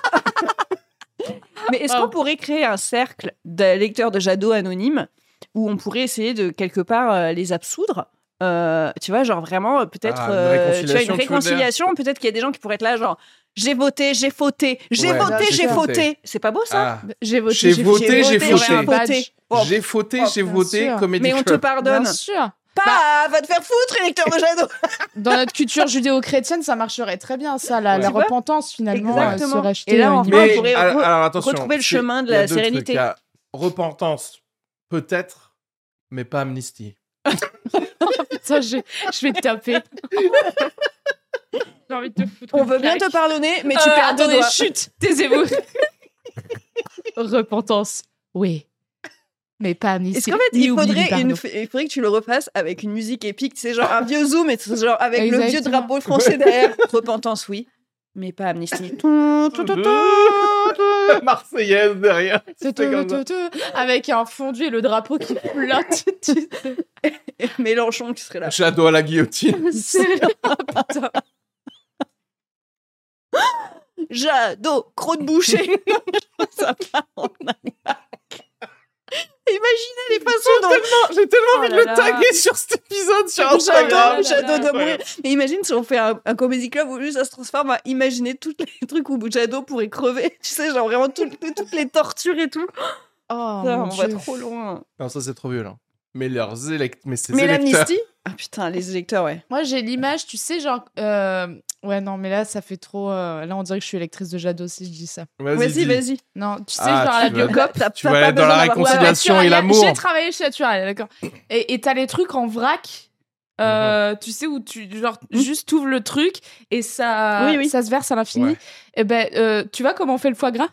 [SPEAKER 3] Mais est-ce
[SPEAKER 2] Oh.
[SPEAKER 3] qu'on pourrait créer un cercle de lecteurs de Jadot anonymes où on pourrait essayer de quelque part euh, les absoudre Euh, tu vois, genre vraiment, euh, peut-être
[SPEAKER 1] Ah, une
[SPEAKER 3] euh, tu
[SPEAKER 1] réconciliation,
[SPEAKER 3] vois, une
[SPEAKER 1] tu veux dire
[SPEAKER 3] réconciliation. Peut-être qu'il y a des gens qui pourraient être là, genre j'ai voté, j'ai fauté, j'ai
[SPEAKER 1] Ouais,
[SPEAKER 3] voté,
[SPEAKER 1] j'ai
[SPEAKER 3] j'ai
[SPEAKER 1] fauté.
[SPEAKER 3] fauté. C'est pas beau ça
[SPEAKER 1] Ah,
[SPEAKER 2] J'ai voté,
[SPEAKER 1] J'ai voté, j'ai
[SPEAKER 2] j'aurais
[SPEAKER 1] fauté.
[SPEAKER 2] un badge.
[SPEAKER 3] Oh,
[SPEAKER 1] j'ai fauté,
[SPEAKER 3] oh,
[SPEAKER 1] j'ai
[SPEAKER 2] bien
[SPEAKER 1] voté,
[SPEAKER 2] sûr.
[SPEAKER 1] Comedy
[SPEAKER 3] mais on te
[SPEAKER 1] Club.
[SPEAKER 3] pardonne.
[SPEAKER 2] Bien sûr.
[SPEAKER 3] Pas, va te faire foutre, électeur de Jadot.
[SPEAKER 2] Dans notre culture judéo-chrétienne, ça marcherait très bien, ça. La,
[SPEAKER 1] Ouais.
[SPEAKER 2] la
[SPEAKER 3] Tu vois
[SPEAKER 2] repentance, finalement, euh,
[SPEAKER 3] Exactement.
[SPEAKER 2] serait achetée.
[SPEAKER 3] Et là,
[SPEAKER 2] euh,
[SPEAKER 3] on
[SPEAKER 2] une
[SPEAKER 3] Mais-
[SPEAKER 2] image.
[SPEAKER 3] on pourrait
[SPEAKER 1] alors,
[SPEAKER 3] re-
[SPEAKER 1] alors, attention,
[SPEAKER 3] retrouver le
[SPEAKER 1] c'est-
[SPEAKER 3] chemin de
[SPEAKER 1] il y a
[SPEAKER 3] la
[SPEAKER 1] deux trucs.
[SPEAKER 3] sérénité.
[SPEAKER 1] Il y a repentance, peut-être, mais pas amnistie.
[SPEAKER 2] Ça, je, je vais te taper. J'ai envie de te foutre.
[SPEAKER 3] On
[SPEAKER 2] une
[SPEAKER 3] veut bien
[SPEAKER 2] claque.
[SPEAKER 3] te pardonner, mais
[SPEAKER 2] Euh,
[SPEAKER 3] tu perds deux
[SPEAKER 2] attendez,
[SPEAKER 3] doigts.
[SPEAKER 2] chut, taisez-vous. Repentance, oui. Mais pas amnistie.
[SPEAKER 3] Est-ce qu'en fait,
[SPEAKER 2] ni
[SPEAKER 3] il
[SPEAKER 2] oubli, ni
[SPEAKER 3] faudrait,
[SPEAKER 2] pardon.
[SPEAKER 3] une, il faudrait que tu le refasses avec une musique épique, c'est genre un vieux zoom, et c'est genre avec le vieux
[SPEAKER 2] Exactement.
[SPEAKER 3] drapeau français derrière. Repentance, oui, mais pas amnistie. Tout, tout, tout, tout.
[SPEAKER 1] Marseillaise derrière.
[SPEAKER 2] Tu-
[SPEAKER 1] C'était comme
[SPEAKER 2] tu- tu- Avec un fondu et le drapeau qui flotte. tu sais.
[SPEAKER 3] Et Mélenchon qui serait là.
[SPEAKER 1] Shadow à la guillotine.
[SPEAKER 2] C'est-
[SPEAKER 3] Jadot, croc de boucher. Ça part en almanach. Imaginez les façons dont
[SPEAKER 1] J'ai tellement
[SPEAKER 3] envie de
[SPEAKER 2] Oh
[SPEAKER 3] le taguer
[SPEAKER 1] sur cet épisode sur
[SPEAKER 3] J'adore,
[SPEAKER 2] Instagram.
[SPEAKER 3] Jadot doit
[SPEAKER 1] Incroyable.
[SPEAKER 3] mourir. Mais imagine si on fait un, un comedy club où juste ça se transforme à imaginer tous les trucs où Jadot pourrait crever. Tu sais, genre vraiment tout- tout- toutes les tortures et tout.
[SPEAKER 2] Oh,
[SPEAKER 3] Ça,
[SPEAKER 2] mon
[SPEAKER 3] on va
[SPEAKER 2] Dieu.
[SPEAKER 3] trop loin.
[SPEAKER 1] Non, ça c'est trop violent. Mais leurs élect... Mais ces
[SPEAKER 3] Mais
[SPEAKER 1] électeurs...
[SPEAKER 3] l'amnistie Ah putain, les électeurs, ouais.
[SPEAKER 2] Moi, j'ai l'image, tu sais, genre. euh, Ouais, non, mais là, ça fait trop. euh, Là, on dirait que je suis électrice de Jadot si je dis ça.
[SPEAKER 3] Vas-y,
[SPEAKER 1] dis.
[SPEAKER 3] vas-y.
[SPEAKER 2] Non, tu sais,
[SPEAKER 1] Ah,
[SPEAKER 2] genre la
[SPEAKER 1] tu vas-
[SPEAKER 2] biocop.
[SPEAKER 3] Biocop, t'as
[SPEAKER 1] Tu
[SPEAKER 3] t'as
[SPEAKER 1] vas
[SPEAKER 3] pas
[SPEAKER 1] être dans
[SPEAKER 3] besoin
[SPEAKER 1] la
[SPEAKER 3] d'avoir-
[SPEAKER 2] Ouais, ouais,
[SPEAKER 1] Conciliation
[SPEAKER 2] tu vois,
[SPEAKER 1] et
[SPEAKER 2] y a-
[SPEAKER 1] l'amour.
[SPEAKER 2] J'ai travaillé chez Naturel, d'accord. Et et t'as les trucs en vrac. euh,
[SPEAKER 1] Mhm.
[SPEAKER 2] Tu sais où tu genre juste ouvres le truc et ça
[SPEAKER 3] Oui, oui.
[SPEAKER 2] ça se verse à l'infini.
[SPEAKER 1] Ouais.
[SPEAKER 2] Et ben euh, tu vois comment on fait le foie gras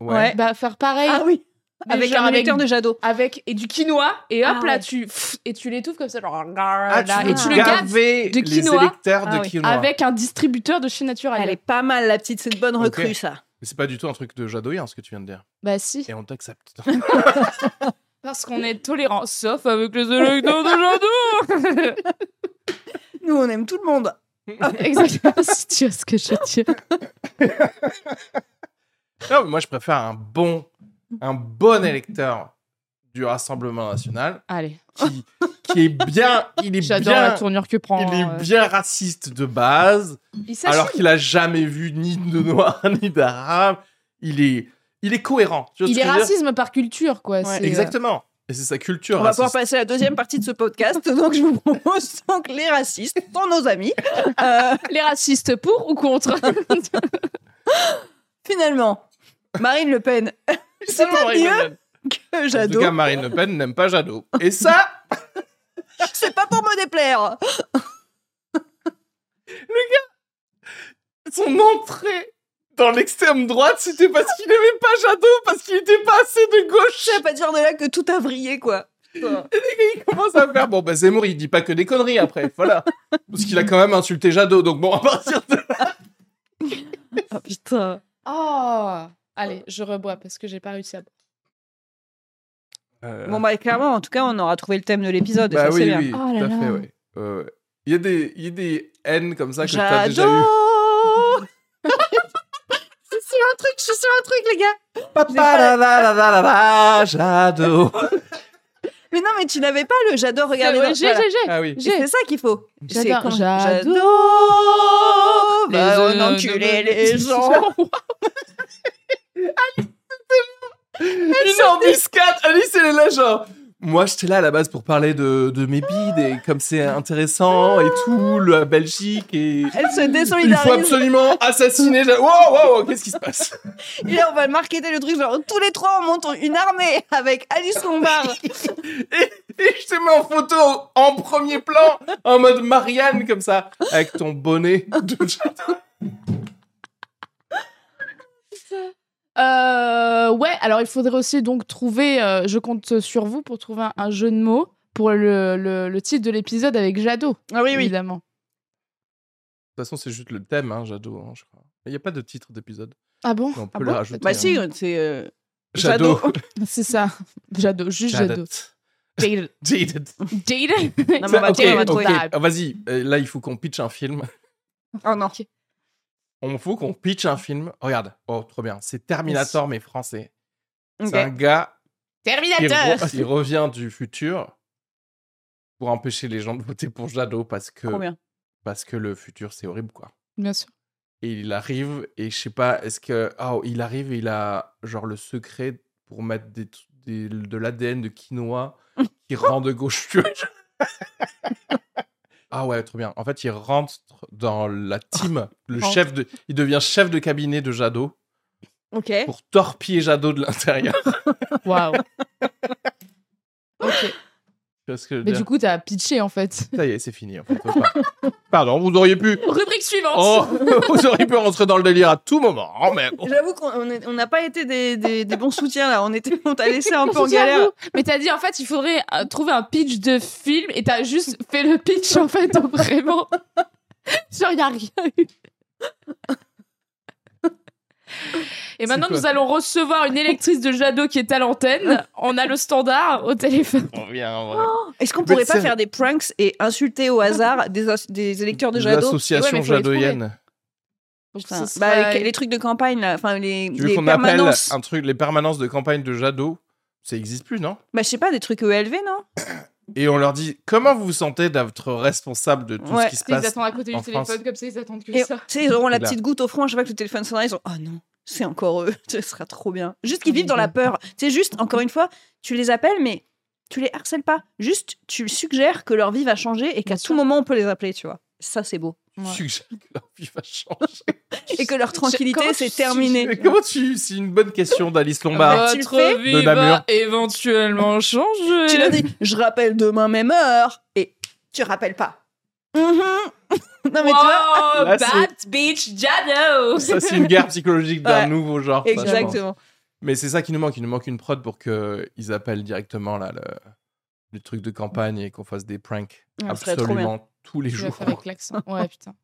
[SPEAKER 1] Ouais.
[SPEAKER 3] Ouais.
[SPEAKER 2] Bah faire pareil
[SPEAKER 3] Ah oui,
[SPEAKER 2] mais
[SPEAKER 3] avec
[SPEAKER 2] genre
[SPEAKER 3] un électeur de Jadot.
[SPEAKER 2] avec et du quinoa et hop
[SPEAKER 3] Ah
[SPEAKER 2] là
[SPEAKER 3] ouais.
[SPEAKER 2] tu pff, et tu l'étouffes comme ça genre
[SPEAKER 1] Ah,
[SPEAKER 2] là,
[SPEAKER 1] tu
[SPEAKER 2] et
[SPEAKER 1] veux
[SPEAKER 2] tu le gardes
[SPEAKER 1] gaver
[SPEAKER 2] de
[SPEAKER 1] les
[SPEAKER 2] quinoa.
[SPEAKER 1] électeurs de
[SPEAKER 3] Ah oui.
[SPEAKER 1] quinoa.
[SPEAKER 2] avec un distributeur de chez Naturel.
[SPEAKER 3] Elle est pas mal, la petite, c'est une bonne
[SPEAKER 1] Ok.
[SPEAKER 3] recrue, ça.
[SPEAKER 1] Mais c'est pas du tout un truc de jadoïen, ce que tu viens de dire.
[SPEAKER 2] Bah si
[SPEAKER 1] Et on t'accepte.
[SPEAKER 2] parce qu'on est tolérant sauf avec les électeurs de Jadot.
[SPEAKER 3] Nous, on aime tout le monde.
[SPEAKER 2] Exactement si tu vois ce que je dis.
[SPEAKER 1] non, mais moi je préfère un bon, un bon électeur du Rassemblement National
[SPEAKER 2] Allez
[SPEAKER 1] qui, qui est bien, il est
[SPEAKER 2] j'adore
[SPEAKER 1] bien,
[SPEAKER 2] la tournure que prend.
[SPEAKER 1] il
[SPEAKER 2] euh,
[SPEAKER 1] est bien raciste de base.
[SPEAKER 2] il s'assume.
[SPEAKER 1] alors qu'il a jamais vu ni de noir ni d'arabe. Il est, il est cohérent. Tu vois
[SPEAKER 2] Il
[SPEAKER 1] ce
[SPEAKER 2] est
[SPEAKER 1] que je veux dire
[SPEAKER 2] racisme par culture, quoi. c'est, euh,
[SPEAKER 1] Exactement. Et c'est sa culture.
[SPEAKER 3] On va pouvoir
[SPEAKER 1] raciste.
[SPEAKER 3] passer à la deuxième partie de ce podcast. Donc, je vous propose donc les racistes, tant nos amis. Euh,
[SPEAKER 2] les racistes pour ou contre
[SPEAKER 3] finalement, Marine Le Pen, c'est
[SPEAKER 1] Selon
[SPEAKER 3] pas
[SPEAKER 1] Marine
[SPEAKER 3] mieux
[SPEAKER 1] Le Pen.
[SPEAKER 3] que
[SPEAKER 1] En tout
[SPEAKER 3] Jadot.
[SPEAKER 1] cas, Marine Le Pen n'aime pas Jadot. Et ça,
[SPEAKER 3] C'est pas pour me déplaire.
[SPEAKER 1] son entrée dans l'extrême droite, c'était parce qu'il n'aimait pas Jadot, parce qu'il n'était pas assez de gauche.
[SPEAKER 3] Je sais pas dire de là que tout a vrillé, quoi. Oh,
[SPEAKER 1] Il commence à faire, bon, bah c'est mort, il dit pas que des conneries après, voilà. Parce qu'il a quand même insulté Jadot, donc bon, à partir de...
[SPEAKER 3] Ah putain.
[SPEAKER 2] Oh Allez, je rebois parce que j'ai pas réussi à boire.
[SPEAKER 1] Euh,
[SPEAKER 3] Bon, bah, clairement, en tout cas, on aura trouvé le thème de l'épisode. et
[SPEAKER 1] bah
[SPEAKER 3] ça, c'est
[SPEAKER 1] oui,
[SPEAKER 3] bien.
[SPEAKER 1] oui,
[SPEAKER 2] Oh
[SPEAKER 1] tout
[SPEAKER 2] là
[SPEAKER 1] à
[SPEAKER 2] là.
[SPEAKER 1] fait, ouais. Euh, Il y, a des- il y a des haines comme ça que t'as déjà eues.
[SPEAKER 3] J'adore Je suis sur un truc, je suis sur un truc, les gars
[SPEAKER 1] Jadot.
[SPEAKER 3] Mais non, mais tu n'avais pas le j'adore regarder
[SPEAKER 2] Ouais,
[SPEAKER 3] dans-
[SPEAKER 2] j'ai,
[SPEAKER 3] voilà.
[SPEAKER 2] j'ai, j'ai.
[SPEAKER 1] Ah oui.
[SPEAKER 3] Et C'est ça qu'il faut. C'est
[SPEAKER 2] J'adore,
[SPEAKER 3] quand-
[SPEAKER 2] j'adore.
[SPEAKER 3] J'adore va
[SPEAKER 2] Les-
[SPEAKER 3] en
[SPEAKER 2] euh,
[SPEAKER 3] enculer
[SPEAKER 2] de-
[SPEAKER 3] les gens
[SPEAKER 1] Une embuscade. Alice, elle est là, genre. Moi, j'étais là à la base pour parler de, de mes bides et comme c'est intéressant et tout, la Belgique et.
[SPEAKER 3] Elle se
[SPEAKER 1] Il faut
[SPEAKER 3] désolidarise.
[SPEAKER 1] absolument assassiner. Jadot. Wow, wow, wow, qu'est-ce qui se passe
[SPEAKER 3] Et là, on va marketer le truc genre tous les trois, on monte une armée avec Alice Lombard.
[SPEAKER 1] Et je te mets en photo en premier plan, en mode Marianne, comme ça, avec ton bonnet de Jadot.
[SPEAKER 2] Euh, ouais, alors il faudrait aussi donc trouver. euh, je compte sur vous pour trouver un, un jeu de mots pour le, le- le titre de l'épisode avec Jadot,
[SPEAKER 3] Ah
[SPEAKER 1] Eh
[SPEAKER 3] oui, oui.
[SPEAKER 2] évidemment.
[SPEAKER 1] toute façon, c'est juste le thème, hein, Jadot, hein, je crois. Il n'y a pas de titre d'épisode.
[SPEAKER 2] Ah bon
[SPEAKER 1] mais On peut
[SPEAKER 2] Ah
[SPEAKER 1] le
[SPEAKER 2] bon
[SPEAKER 1] rajouter.
[SPEAKER 3] Bah
[SPEAKER 1] hein.
[SPEAKER 3] si, c'est. euh,
[SPEAKER 1] Jadot.
[SPEAKER 2] C'est ça. Jadot, juste Jadot. Jadot.
[SPEAKER 1] Jadot.
[SPEAKER 2] Jadot.
[SPEAKER 3] Non, mais on va
[SPEAKER 1] Ok,
[SPEAKER 3] trouver, on va
[SPEAKER 1] ok.
[SPEAKER 3] trouver.
[SPEAKER 1] Ah, Vas-y, euh, là, il faut qu'on pitch un film.
[SPEAKER 3] Oh non.
[SPEAKER 1] On faut qu'on pitch un film. Regarde, oh, trop bien. C'est Terminator, mais français.
[SPEAKER 3] Ok.
[SPEAKER 1] C'est un gars qui
[SPEAKER 2] Terminateur
[SPEAKER 1] re- il revient du futur pour empêcher les gens de voter pour Jadot parce que,
[SPEAKER 3] Trop bien.
[SPEAKER 1] parce que le futur, c'est horrible, quoi.
[SPEAKER 2] Bien sûr.
[SPEAKER 1] Et il arrive, et je sais pas, est-ce que. Ah, il arrive et il a genre le secret pour mettre des, des- de l'ADN de quinoa qui rend de gauche Ah ouais, trop bien. En fait, il rentre dans la team. Le
[SPEAKER 2] Rentre.
[SPEAKER 1] chef de, il devient chef de cabinet de Jadot
[SPEAKER 3] Ok.
[SPEAKER 1] pour torpiller Jadot de l'intérieur.
[SPEAKER 2] Waouh.
[SPEAKER 1] Tu vois ce que je veux
[SPEAKER 2] Mais
[SPEAKER 1] dire
[SPEAKER 2] du coup, t'as pitché en fait.
[SPEAKER 1] Ça y est, c'est fini. en fait. Pardon, vous auriez pu.
[SPEAKER 2] Rubrique suivante
[SPEAKER 1] Oh, vous auriez pu rentrer dans le délire à tout moment. Oh, mais bon.
[SPEAKER 3] J'avoue qu'on on est- on n'a pas été des, des- des bons soutiens là. On était, on t'a laissé un peu en
[SPEAKER 2] J'avoue.
[SPEAKER 3] galère.
[SPEAKER 2] Mais t'as dit en fait, il faudrait euh, trouver un pitch de film et t'as juste fait le pitch en fait, donc vraiment. Genre, y a rien eu. Et maintenant,
[SPEAKER 1] quoi
[SPEAKER 2] nous allons recevoir une électrice de Jadot qui est à l'antenne. On a le standard au téléphone.
[SPEAKER 1] On revient, en vrai.
[SPEAKER 3] Est-ce qu'on
[SPEAKER 1] Mais
[SPEAKER 3] pourrait pas
[SPEAKER 1] c'est-
[SPEAKER 3] faire des pranks et insulter au hasard des, as- des électeurs Oh, de Jadot
[SPEAKER 2] Ouais,
[SPEAKER 1] L'association
[SPEAKER 2] mais faut les trouver.
[SPEAKER 1] jadotienne.
[SPEAKER 3] Enfin,
[SPEAKER 2] Ce
[SPEAKER 3] bah,
[SPEAKER 2] sera-
[SPEAKER 3] les, les trucs de campagne là, enfin les,
[SPEAKER 1] Tu veux
[SPEAKER 3] les
[SPEAKER 1] qu'on appelle
[SPEAKER 3] permanences.
[SPEAKER 1] un truc, les permanences de campagne de Jadot Ça existe plus, non
[SPEAKER 3] Bah je sais pas, des trucs ELV non
[SPEAKER 1] Et on leur dit comment vous vous sentez d'être responsable de tout
[SPEAKER 3] Ouais,
[SPEAKER 1] ce qui se
[SPEAKER 2] ils
[SPEAKER 1] passe
[SPEAKER 2] attendent à côté
[SPEAKER 1] en
[SPEAKER 2] du téléphone,
[SPEAKER 1] France.
[SPEAKER 2] comme ça, ils attendent que
[SPEAKER 3] Et tu
[SPEAKER 2] ça.
[SPEAKER 3] sais ils auront la
[SPEAKER 1] Là.
[SPEAKER 3] petite goutte au front, à chaque fois que le téléphone sonnera, ils ont oh non, c'est encore eux, ce sera trop bien. Juste qu'ils
[SPEAKER 2] Oh
[SPEAKER 3] vivent
[SPEAKER 2] my
[SPEAKER 3] dans la
[SPEAKER 2] God.
[SPEAKER 3] peur. C'est juste encore une fois, tu les appelles mais tu les harcèles pas. Juste tu suggères que leur vie va changer et qu'à
[SPEAKER 2] Bien
[SPEAKER 3] tout
[SPEAKER 2] sûr.
[SPEAKER 3] moment on peut les appeler, tu vois. Ça c'est beau.
[SPEAKER 1] Tu
[SPEAKER 2] Ouais.
[SPEAKER 1] suggères que leur vie va changer.
[SPEAKER 3] Et que leur tranquillité
[SPEAKER 2] comment
[SPEAKER 3] c'est
[SPEAKER 2] tu
[SPEAKER 1] Mais
[SPEAKER 3] terminé.
[SPEAKER 1] comment tu. C'est une bonne question d'Alice Lombard.
[SPEAKER 3] tu le fais
[SPEAKER 1] Bah. De Namur.
[SPEAKER 2] éventuellement changer.
[SPEAKER 3] Tu leur dis je rappelle demain même heure et tu rappelles pas. Mhm. non mais tu vois
[SPEAKER 2] Wow,
[SPEAKER 1] Là,
[SPEAKER 2] bad bitch Jadot
[SPEAKER 1] Ça, c'est une guerre psychologique d'un
[SPEAKER 3] Ouais.
[SPEAKER 1] nouveau genre. ça, je pense.
[SPEAKER 3] exactement.
[SPEAKER 1] Mais c'est ça qui nous manque. Il nous manque une prod pour qu'ils appellent directement là, le, le truc de campagne et qu'on fasse des pranks
[SPEAKER 3] Ouais, ce serait trop bien.
[SPEAKER 1] absolument tous les
[SPEAKER 2] Je
[SPEAKER 1] jours.
[SPEAKER 2] avec l'accent. Ouais, putain.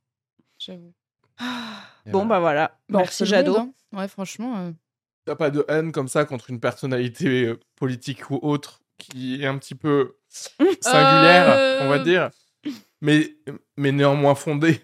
[SPEAKER 2] J'avoue.
[SPEAKER 1] Et
[SPEAKER 3] Bon
[SPEAKER 1] voilà.
[SPEAKER 3] bah voilà.
[SPEAKER 2] Bah,
[SPEAKER 3] Merci
[SPEAKER 2] c'est le
[SPEAKER 3] Jadot.
[SPEAKER 2] monde, hein. Ouais, franchement. euh,
[SPEAKER 3] bah.
[SPEAKER 1] T'as pas de haine comme ça contre une personnalité euh, politique ou autre qui est un petit peu singulière,
[SPEAKER 2] Euh.
[SPEAKER 1] on va dire, mais, mais néanmoins fondée.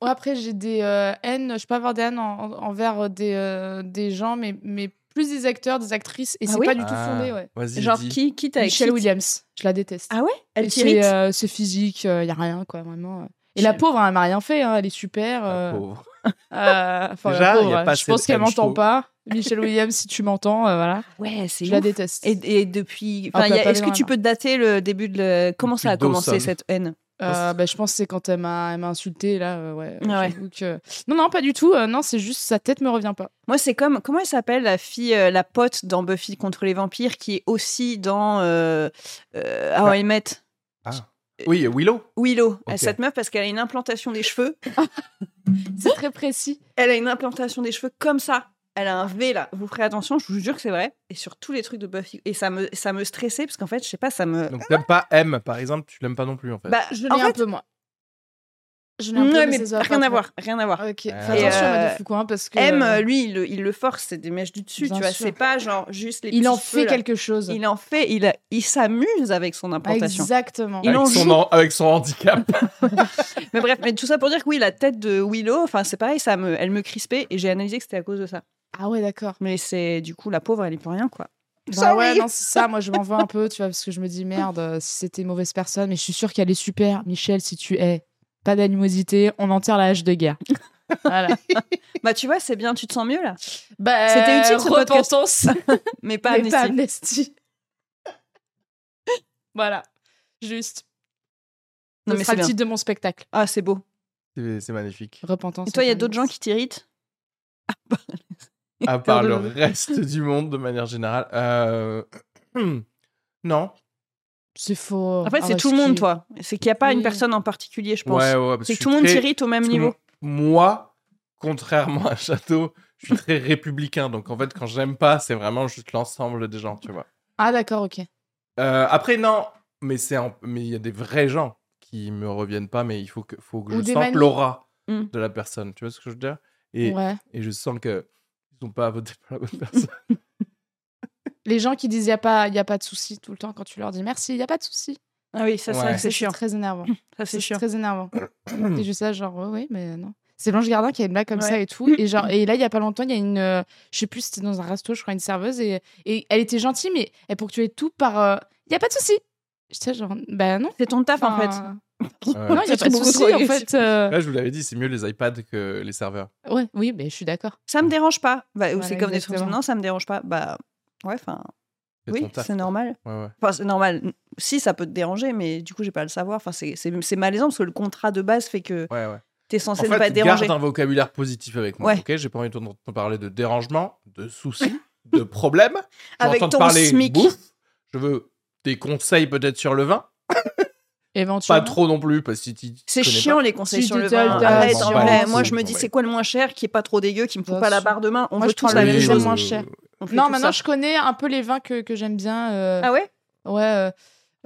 [SPEAKER 2] ouais, après, j'ai des euh, haines. Je peux avoir des haines en- en- envers euh, des, euh, des gens, mais, mais plus des acteurs, des actrices. Et
[SPEAKER 3] Ah
[SPEAKER 2] c'est
[SPEAKER 3] oui
[SPEAKER 2] pas du tout
[SPEAKER 1] Ah,
[SPEAKER 2] fondé, ouais.
[SPEAKER 1] Vas-y,
[SPEAKER 3] Genre
[SPEAKER 1] dis.
[SPEAKER 3] qui qui t'a
[SPEAKER 2] Michelle
[SPEAKER 3] écrit
[SPEAKER 2] Williams, je la déteste.
[SPEAKER 3] Ah ouais Elle
[SPEAKER 2] Et
[SPEAKER 3] t'irrite
[SPEAKER 2] c'est euh, c'est physique, il y a rien, quoi, vraiment. euh. Et la
[SPEAKER 3] Michelle-
[SPEAKER 2] pauvre, hein, elle m'a rien fait, hein, elle est super.
[SPEAKER 1] Ah,
[SPEAKER 2] euh,
[SPEAKER 1] pauvre.
[SPEAKER 2] euh, enfin, la
[SPEAKER 1] Déjà, y a
[SPEAKER 2] pauvre,
[SPEAKER 1] pas
[SPEAKER 2] je
[SPEAKER 1] assez
[SPEAKER 2] pense
[SPEAKER 1] de
[SPEAKER 2] qu'elle
[SPEAKER 1] haine, je
[SPEAKER 2] m'entend
[SPEAKER 1] trouve.
[SPEAKER 2] pas. Michelle Williams, si tu m'entends, euh, voilà.
[SPEAKER 3] Ouais, c'est
[SPEAKER 2] Je la
[SPEAKER 3] ouf.
[SPEAKER 2] déteste.
[SPEAKER 3] Et, et depuis.
[SPEAKER 2] Ah,
[SPEAKER 3] enfin, il y a-
[SPEAKER 2] t'as pas
[SPEAKER 3] Est-ce
[SPEAKER 2] vu
[SPEAKER 3] que
[SPEAKER 2] dans
[SPEAKER 3] tu
[SPEAKER 2] la-
[SPEAKER 3] peux dater le début de. le- Comment ça a
[SPEAKER 1] Depuis Dawson.
[SPEAKER 3] commencé cette haine
[SPEAKER 2] Euh, bah, je pense que c'est quand elle m'a elle m'a insulté là euh, ouais, euh,
[SPEAKER 3] Ah ouais.
[SPEAKER 2] j'avoue que- non non pas du tout euh, non c'est juste sa tête me revient pas
[SPEAKER 3] Moi, c'est comme. Comment elle s'appelle la fille, euh, la pote dans Buffy contre les vampires qui est aussi dans euh, euh, How I Met
[SPEAKER 1] Oui, Willow.
[SPEAKER 3] Willow.
[SPEAKER 1] Ah. Ok.
[SPEAKER 3] Cette meuf, parce qu'elle a une implantation des cheveux.
[SPEAKER 2] c'est très précis
[SPEAKER 3] Elle a une implantation des cheveux comme ça. Elle a un V là. Vous ferez attention, je vous jure que c'est vrai. Et sur tous les trucs de Buffy. Et ça me, ça me stressait parce qu'en fait, je sais pas, ça me.
[SPEAKER 1] Donc t'aimes pas M, par exemple, tu l'aimes pas non plus en fait.
[SPEAKER 3] Bah,
[SPEAKER 2] je l'ai
[SPEAKER 3] en
[SPEAKER 2] un
[SPEAKER 3] fait,
[SPEAKER 2] peu moins je l'ai un peu
[SPEAKER 3] ouais,
[SPEAKER 2] mais
[SPEAKER 3] mais
[SPEAKER 2] ça se voit
[SPEAKER 3] rien
[SPEAKER 2] pas
[SPEAKER 3] à
[SPEAKER 2] trop.
[SPEAKER 3] voir, rien à voir.
[SPEAKER 2] ok fais
[SPEAKER 1] Euh,
[SPEAKER 2] attention
[SPEAKER 3] Et,
[SPEAKER 2] à
[SPEAKER 3] euh,
[SPEAKER 2] de Foucault, hein, parce que
[SPEAKER 3] M,
[SPEAKER 2] euh,
[SPEAKER 3] euh, lui, il, le- il le force, c'est des mèches du dessus,
[SPEAKER 2] Bien
[SPEAKER 3] tu vois.
[SPEAKER 2] sûr.
[SPEAKER 3] C'est pas genre juste les
[SPEAKER 2] il en
[SPEAKER 3] petits
[SPEAKER 2] fait
[SPEAKER 3] cheveux, là.
[SPEAKER 2] quelque chose Ah,
[SPEAKER 3] Il en fait, il, a- il s'amuse avec son implantation.
[SPEAKER 2] exactement
[SPEAKER 3] il
[SPEAKER 1] avec,
[SPEAKER 3] en
[SPEAKER 1] son
[SPEAKER 3] joue.
[SPEAKER 1] en- avec son handicap.
[SPEAKER 3] Mais bref, mais tout ça pour dire que oui, la tête de Willow, enfin c'est pareil, ça me, elle me crispait et j'ai analysé que c'était à cause de ça.
[SPEAKER 2] ah ouais d'accord
[SPEAKER 3] Mais c'est du coup la pauvre, elle est pour rien quoi.
[SPEAKER 2] Bah ouais,
[SPEAKER 3] Sorry.
[SPEAKER 2] non, c'est ça. Moi, je m'en veux un peu, tu vois, parce que je me dis merde, euh, si c'était une mauvaise personne, mais je suis sûre qu'elle est super. Michel, si tu es, pas d'animosité, on en tire la hache de guerre. Voilà.
[SPEAKER 3] Bah tu vois, c'est bien, tu te sens mieux là.
[SPEAKER 2] Bah,
[SPEAKER 3] C'était utile, ce podcast.
[SPEAKER 2] repentance,
[SPEAKER 3] Mais pas
[SPEAKER 2] mais pas
[SPEAKER 3] Amnesty.
[SPEAKER 2] amnesty. voilà, juste.
[SPEAKER 3] Non
[SPEAKER 2] Ce
[SPEAKER 3] mais
[SPEAKER 2] sera
[SPEAKER 3] c'est
[SPEAKER 2] le
[SPEAKER 3] bien.
[SPEAKER 2] titre de mon spectacle.
[SPEAKER 3] Ah c'est beau.
[SPEAKER 1] C'est c'est magnifique.
[SPEAKER 2] Repentance.
[SPEAKER 3] Et toi, il y a d'autres gens qui t'irritent
[SPEAKER 1] À part le
[SPEAKER 2] Pardon.
[SPEAKER 1] reste du monde de manière générale. Euh, Non.
[SPEAKER 2] C'est faux. bah
[SPEAKER 3] En fait, c'est
[SPEAKER 2] Arrête,
[SPEAKER 3] tout le monde,
[SPEAKER 2] qui-
[SPEAKER 3] toi. C'est qu'il n'y a pas
[SPEAKER 2] Ah
[SPEAKER 3] une
[SPEAKER 2] Oui.
[SPEAKER 3] personne en particulier, je pense.
[SPEAKER 1] Ouais, ouais, parce que je
[SPEAKER 3] c'est que
[SPEAKER 1] suis
[SPEAKER 3] tout le monde
[SPEAKER 1] très-
[SPEAKER 3] t'irrite au même
[SPEAKER 1] Parce que
[SPEAKER 3] niveau.
[SPEAKER 1] Moi, contrairement à Château, je suis très républicain. Donc, en fait, quand j'aime pas, c'est vraiment juste l'ensemble des gens, tu vois.
[SPEAKER 2] Ah, d'accord, ok.
[SPEAKER 1] Euh, après, non, mais c'est un- mais il y a des vrais gens qui me reviennent pas, mais il faut que, faut que
[SPEAKER 2] Ou
[SPEAKER 1] je
[SPEAKER 2] des
[SPEAKER 1] sente
[SPEAKER 2] manies.
[SPEAKER 1] l'aura
[SPEAKER 3] Mm.
[SPEAKER 1] de la personne. Tu vois ce que je veux dire et,
[SPEAKER 2] Ouais.
[SPEAKER 1] et je sens que ils ont pas voté pour la bonne personne.
[SPEAKER 2] Les gens qui disent il n'y a, pas- y a pas de souci tout le temps quand tu leur dis merci, il n'y a pas de souci.
[SPEAKER 3] Ah oui, ça, c'est
[SPEAKER 1] Ouais.
[SPEAKER 3] vrai que
[SPEAKER 2] C'est
[SPEAKER 3] c'est chiant.
[SPEAKER 2] très énervant.
[SPEAKER 3] Ça, c'est
[SPEAKER 2] C'est
[SPEAKER 3] chiant.
[SPEAKER 2] très énervant. et je sais, genre, oui, oui, mais non. C'est Blanche Gardin qui a une blague comme
[SPEAKER 3] Ouais.
[SPEAKER 2] ça et tout. Et, genre, et là, il y a pas longtemps, il y a une. euh, je sais plus, c'était dans un resto, je crois, une serveuse. Et, et elle était gentille, mais elle ponctuait tout par. Il y a pas de souci. J'étais genre, bah non.
[SPEAKER 3] C'est ton taf, en fait.
[SPEAKER 2] Enfin,
[SPEAKER 1] Ouais.
[SPEAKER 2] Non, il n'y a
[SPEAKER 3] C'est
[SPEAKER 2] pas de
[SPEAKER 3] beaucoup
[SPEAKER 2] souci,
[SPEAKER 3] trop
[SPEAKER 2] en
[SPEAKER 3] agressif.
[SPEAKER 2] fait. euh,
[SPEAKER 1] Là, je vous l'avais dit, c'est mieux les iPads que les serveurs.
[SPEAKER 2] Ouais, oui, mais je suis d'accord.
[SPEAKER 3] Ça me dérange pas. Bah, ou
[SPEAKER 2] Voilà,
[SPEAKER 3] c'est comme des trucs.
[SPEAKER 2] exactement.
[SPEAKER 3] Non, ça me dérange pas. Bah, ouais, enfin,
[SPEAKER 1] C'est
[SPEAKER 3] oui,
[SPEAKER 1] ton taf,
[SPEAKER 3] c'est
[SPEAKER 1] quoi.
[SPEAKER 3] normal.
[SPEAKER 1] Ouais, ouais.
[SPEAKER 3] Enfin, c'est normal. Si, ça peut te déranger, mais du coup, j'ai pas à le savoir. Enfin, c'est- c'est c'est malaisant parce que le contrat de base fait que
[SPEAKER 1] ouais, ouais.
[SPEAKER 3] t'es censé
[SPEAKER 1] En
[SPEAKER 3] ne pas
[SPEAKER 1] fait,
[SPEAKER 3] être dérangé.
[SPEAKER 1] garde un vocabulaire positif avec moi.
[SPEAKER 3] Ouais.
[SPEAKER 1] Ok, j'ai pas envie de te parler de dérangement, de soucis, de problèmes. Je veux
[SPEAKER 3] Avec
[SPEAKER 1] entendre
[SPEAKER 3] ton
[SPEAKER 1] parler
[SPEAKER 3] SMIC.
[SPEAKER 1] bouffe. Je veux des conseils peut-être sur le vin.
[SPEAKER 2] Éventuellement.
[SPEAKER 1] Pas trop non plus, parce que si tu tu
[SPEAKER 3] C'est
[SPEAKER 1] connais pas.
[SPEAKER 3] chiant les conseils
[SPEAKER 2] Tu
[SPEAKER 3] sur le
[SPEAKER 2] dis, t'as-
[SPEAKER 3] vin.
[SPEAKER 1] t'as-
[SPEAKER 3] Arrête,
[SPEAKER 1] t'as-
[SPEAKER 3] en
[SPEAKER 1] t'as-
[SPEAKER 3] vrai.
[SPEAKER 1] t'as-
[SPEAKER 3] Moi,
[SPEAKER 1] t'as-
[SPEAKER 3] je me dis,
[SPEAKER 1] t'as-
[SPEAKER 3] c'est quoi le moins cher qui est pas trop dégueu, qui me fout
[SPEAKER 2] Bien
[SPEAKER 3] pas la
[SPEAKER 2] sûr.
[SPEAKER 3] barre de main On
[SPEAKER 2] Moi,
[SPEAKER 3] veut
[SPEAKER 2] je
[SPEAKER 3] tous
[SPEAKER 2] prends
[SPEAKER 3] la
[SPEAKER 2] le
[SPEAKER 3] même
[SPEAKER 2] deuxième
[SPEAKER 3] chose.
[SPEAKER 2] moins cher.
[SPEAKER 3] On fait
[SPEAKER 2] Non,
[SPEAKER 3] tous
[SPEAKER 2] maintenant,
[SPEAKER 3] ça.
[SPEAKER 2] je connais un peu les vins que, que j'aime bien. euh,
[SPEAKER 3] Ah ouais
[SPEAKER 2] Ouais. euh,